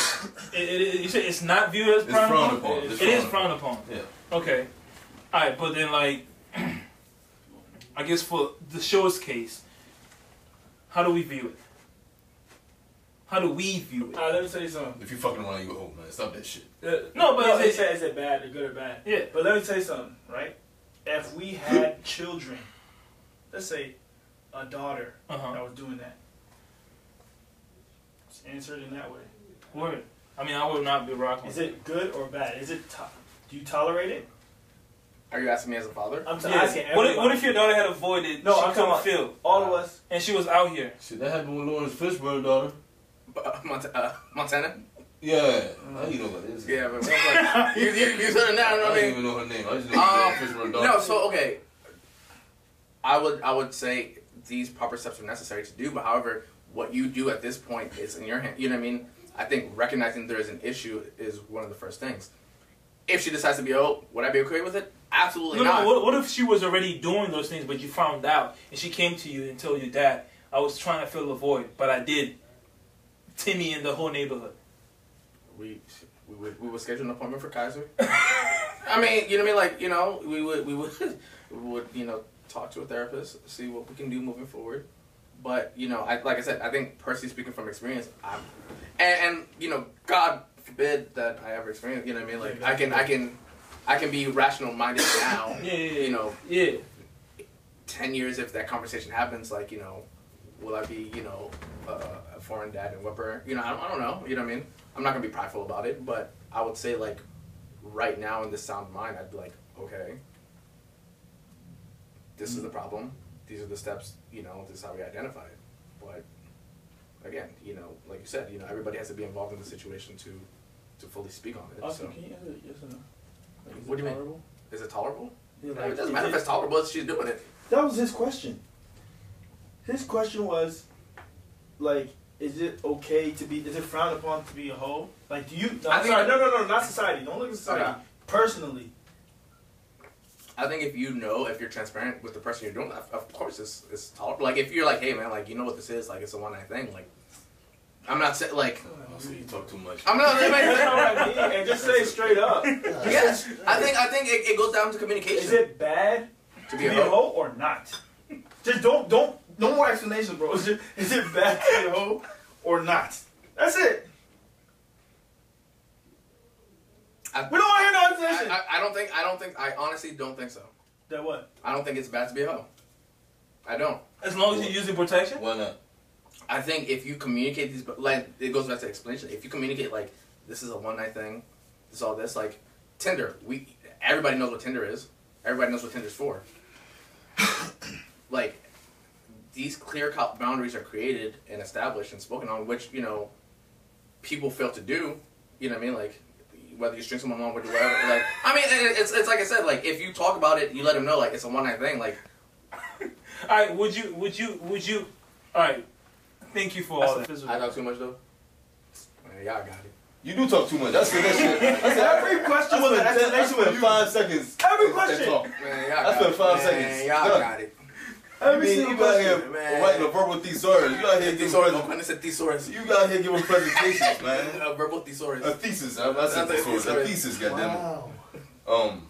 It, it, it- you say it's not viewed as
It's
frowned
frowned
upon.
upon.
It
It's
is
frowned
frowned upon.
Yeah.
Okay. All right, but then like, I guess for the show's case, how do we view it? How do we view it?
All right, let me tell you something.
If you fucking around, you a hoe, man. Stop that shit.
Uh,
No, but
they
is it-
say is it bad or good or bad?
Yeah.
But let me tell you something, right? If we had children, let's say a daughter
Uh-huh.
that was doing that. It's answered in that way.
Word. I mean, I would not be rocking.
Is it good or bad? Is it? To- do you tolerate it?
Are you asking me as a father?
I'm t- asking
Yeah. What, if,
everyone.
what if your daughter had avoided?
No,
she
I'm talking
couldn't
about-
feel,
all of us?
and she was out here.
Shit, that happened with Lawrence Fishburne, daughter.
Uh, Mont- uh, Montana?
Yeah, I you know what it is.
Yeah, but you, you, you said it now, you know what I
I don't
mean?
even know her name. I just know Lawrence
Um,
Fishburne, daughter.
no, so okay. I would I would say these proper steps are necessary to do, but however, what you do at this point is in your hand. You know what I mean? I think recognizing there is an issue is one of the first things. If she decides to be oh, would I be okay with it? Absolutely
No,
not.
no. What, what if she was already doing those things, but you found out, and she came to you and told your dad, "I was trying to fill the void, but I did." Timmy and the whole neighborhood.
we we would we would schedule an appointment for Kaiser. I mean, you know what I mean? Like, you know, we would we would we would you know talk to a therapist, see what we can do moving forward. But you know, I like I said, I think personally speaking from experience, I'm, and, and you know, God forbid that I ever experience. You know what I mean? Like, I can I can I can be rational minded now.
Yeah, yeah, yeah.
You know,
Yeah.
ten years if that conversation happens, like you know, will I be you know uh, a foreign dad and whipper? You know, I don't, I don't know. You know what I mean? I'm not gonna be prideful about it, but I would say like right now in this sound mind, I'd be like, okay, this is the problem. These are the steps. You know, this is how we identify it. But again, you know, like you said, you know, everybody has to be involved in the situation to to fully speak on it.
Austin,
So,
can you answer yes or no? Like, is
What
it
do you mean?
tolerable?
is it tolerable?
Yeah,
I
like,
mean, it
is
doesn't matter if
it-
it's tolerable. It's she's doing it.
That was his question. His question was, like, is it okay to be? Is it frowned upon to be a hoe? Like, do you? No,
I
I'm
think-
sorry, no, no, no, not society. Don't look at society.
Okay.
Personally,
I think if you know, if you're transparent with the person you're doing, of, of course it's it's tolerable. Like if you're like, hey man, like you know what this is, like it's a one night thing. Like I'm not saying like
Oh, so you talk too much.
I'm not.
That's all I mean, and just say it straight up.
yes, I think I think it, it goes down to communication.
Is it bad
to
to
be a hoe?
hoe or not? Just don't, don't, no more explanations, bro. Is it, is it bad to be a hoe or not? That's it.
I-
we don't want to hear no
I,
explanation.
I, I don't think I don't think I honestly don't think so.
that what?
I don't think it's bad to be a hoe. I don't.
As long as you're using protection.
Why not?
I think if you communicate these, but like it goes back to explanation. If you communicate like this is a one night thing, this all this like Tinder. We everybody knows what Tinder is. Everybody knows what Tinder's for. like these clear cut boundaries are created and established and spoken on, which you know people fail to do. You know what I mean? Like whether you string someone along with you, whatever. Like I mean, it- it's it's like I said. Like if you talk about it, you let them know like it's a one night thing. Like
All right. Would you? Would you? Would you? All right. Thank you for all that.
I talk too much though. Man, y'all got it.
You do talk too much. I said that shit. I said
Every question
I
was an
spent- I
explanation with
spent five seconds.
Every
at that
question.
talk.
Man, y'all
I
got
spent
it.
five
man,
seconds.
Y'all
Done.
got it.
Every
mean,
single
you out
question.
here
man.
writing a verbal thesaurus. You out here giving
Thesaurus.
thesaurus.
I'm gonna say thesaurus.
You out here giving presentations, man. Uh,
A verbal thesaurus.
A thesis. I, I said
That's a
thesaurus. A
thesaurus.
thesis. Goddamn it. Um,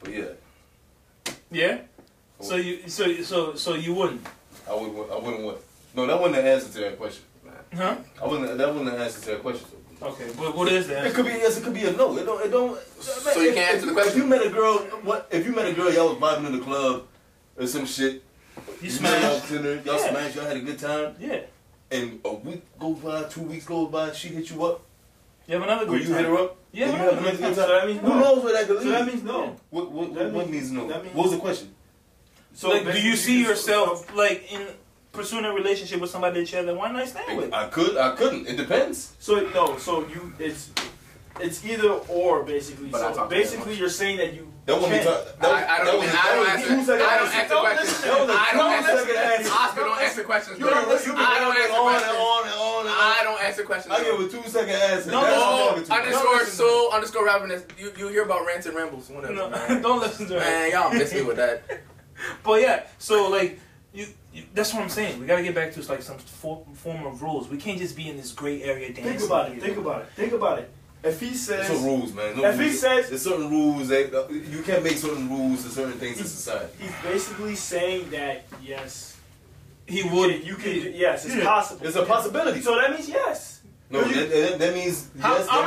but yeah,
Yeah. So you. So so so you wouldn't.
I wouldn't. I wouldn't want. No, that wasn't the answer to that question.
Huh?
I wouldn't. That wasn't the answer to that question.
Okay. But what is
It
that?
could be a yes. It could be a no. It don't. It don't.
So you can't answer the question?
If you met a girl, what? If you met a girl, y'all was vibing in the club or some shit.
You
met
smash.
Y'all, dinner, y'all
Yeah.
smashed. Y'all had a good time.
Yeah.
And a week goes by, two weeks goes by. She hit you up.
You have another
Or
great
you
time.
hit her up.
Yeah,
and you
no,
have
no,
another good
So
time.
that means
Who
no.
knows where that could
So that
lead?
means no.
What, what,
That
what, what
means-
means no?
that means-
what was the question?
So
like, do you
basically
see
just-
yourself like in pursuing a relationship with somebody that you had a one night stand with?
I could, I couldn't. It depends.
So no. So you. It's. It's either or basically.
But I
so
talk too damn
basically,
much.
you're saying that you.
That wasn't me
can't.
talk- that was
I, I
that
don't.
was-
I don't
that was-
answer. I don't answer
Don't
questions.
listen. Don't
I don't answer.
listen.
Oscar, don't answer questions.
You don't listen.
I don't answer
on and
questions.
on and on and on.
I don't answer questions.
I give a two second answer.
No,
That's all
Oh,
I'm talking to.
underscore so underscore ravenous. You you hear about rants and rambles? Whatever.
No,
man.
don't listen to her.
Man, y'all miss me with that.
But yeah, so like you, you that's what I'm saying. We gotta get back to like some for, form of rules. We can't just be in this gray area dancing.
Think about it.
here.
Think about it. Think about it. If he says,
There's some rules, man. No
If he
rules.
says-
there's certain rules that uh, you can't make certain rules to certain things in society.
he's basically saying that yes,
He would.
you can. Yes, it's possible.
It's a possibility.
So that means yes.
no, that, that, that means
How,
yes.
how
that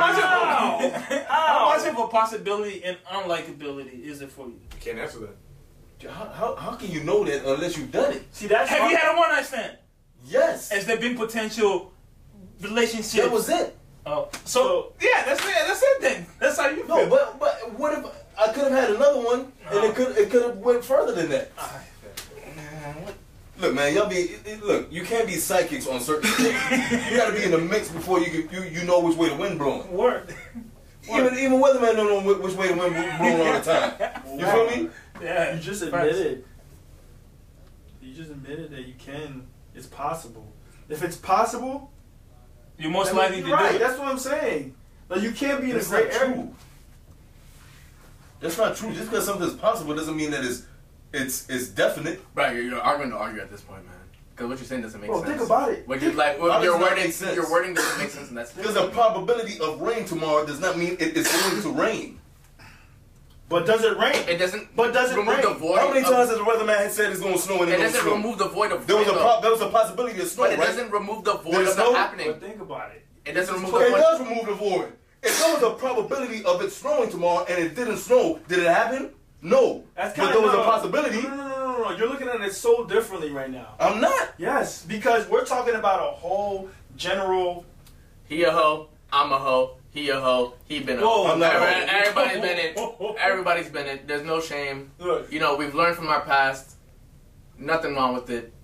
much
means no.
of, how much of a possibility and unlikability is it for you?
You can't answer that.
How, how, how can you know that unless you've done it?
See, that's
Have you had a one night stand?
Yes.
Has there been potential relationships?
That was it.
Oh, so yeah, that's it. That's it then. That's how you
No,
feel.
but but what if I could have had another one and it could it could have went further than that? Look, man, y'all be look. You can't be psychics on certain things. you got to be in the mix before you can, you you know which way the wind blowing.
Word.
Even even weatherman don't know whi- which way the wind bl- blowing all the time. You feel me?
Yeah.
You just
Facts.
admitted. You just admitted that you can. It's possible. If it's possible,
You're most
then
likely
you're
to
right.
do it.
That's what I'm saying. Like you can't be in a
That's not
great area.
true. That's not true. Just because something's possible doesn't mean that it's it's it's definite.
Right, you're, you're arguing to argue at this point, man. Because what you're saying doesn't make
Bro,
sense.
think about it.
What you like, what
How does
your
that make
wording,
sense?
your wording doesn't make sense, and that's
Because the probability of rain tomorrow does not mean it is going to rain.
But does it rain?
It doesn't.
But does it
remove
rain?
the void?
How many
of-
times has the weatherman had said it's going to snow and
It
it don't
doesn't
snow?
remove the void of.
There was a
rain, though.
pro- there was a possibility of snow,
But it
right?
doesn't remove the void
There's
of that
no-
But
happening.
think about it.
It doesn't remove the
It
void.
does remove the void. If there was a probability of it snowing tomorrow and it didn't snow, did it happen? No.
That's
but
kind
there
of
was a possibility.
No, no, no, no, no. You're looking at it so differently right now.
I'm not.
Yes, because we're talking about a whole general.
He a hoe. I'm a hoe. He a hoe. He been a
Whoa,
hoe.
I'm not a
Every-
hoe.
Everybody's been it. Everybody's been it. There's no shame.
Look,
You know, we've learned from our past. Nothing wrong with it.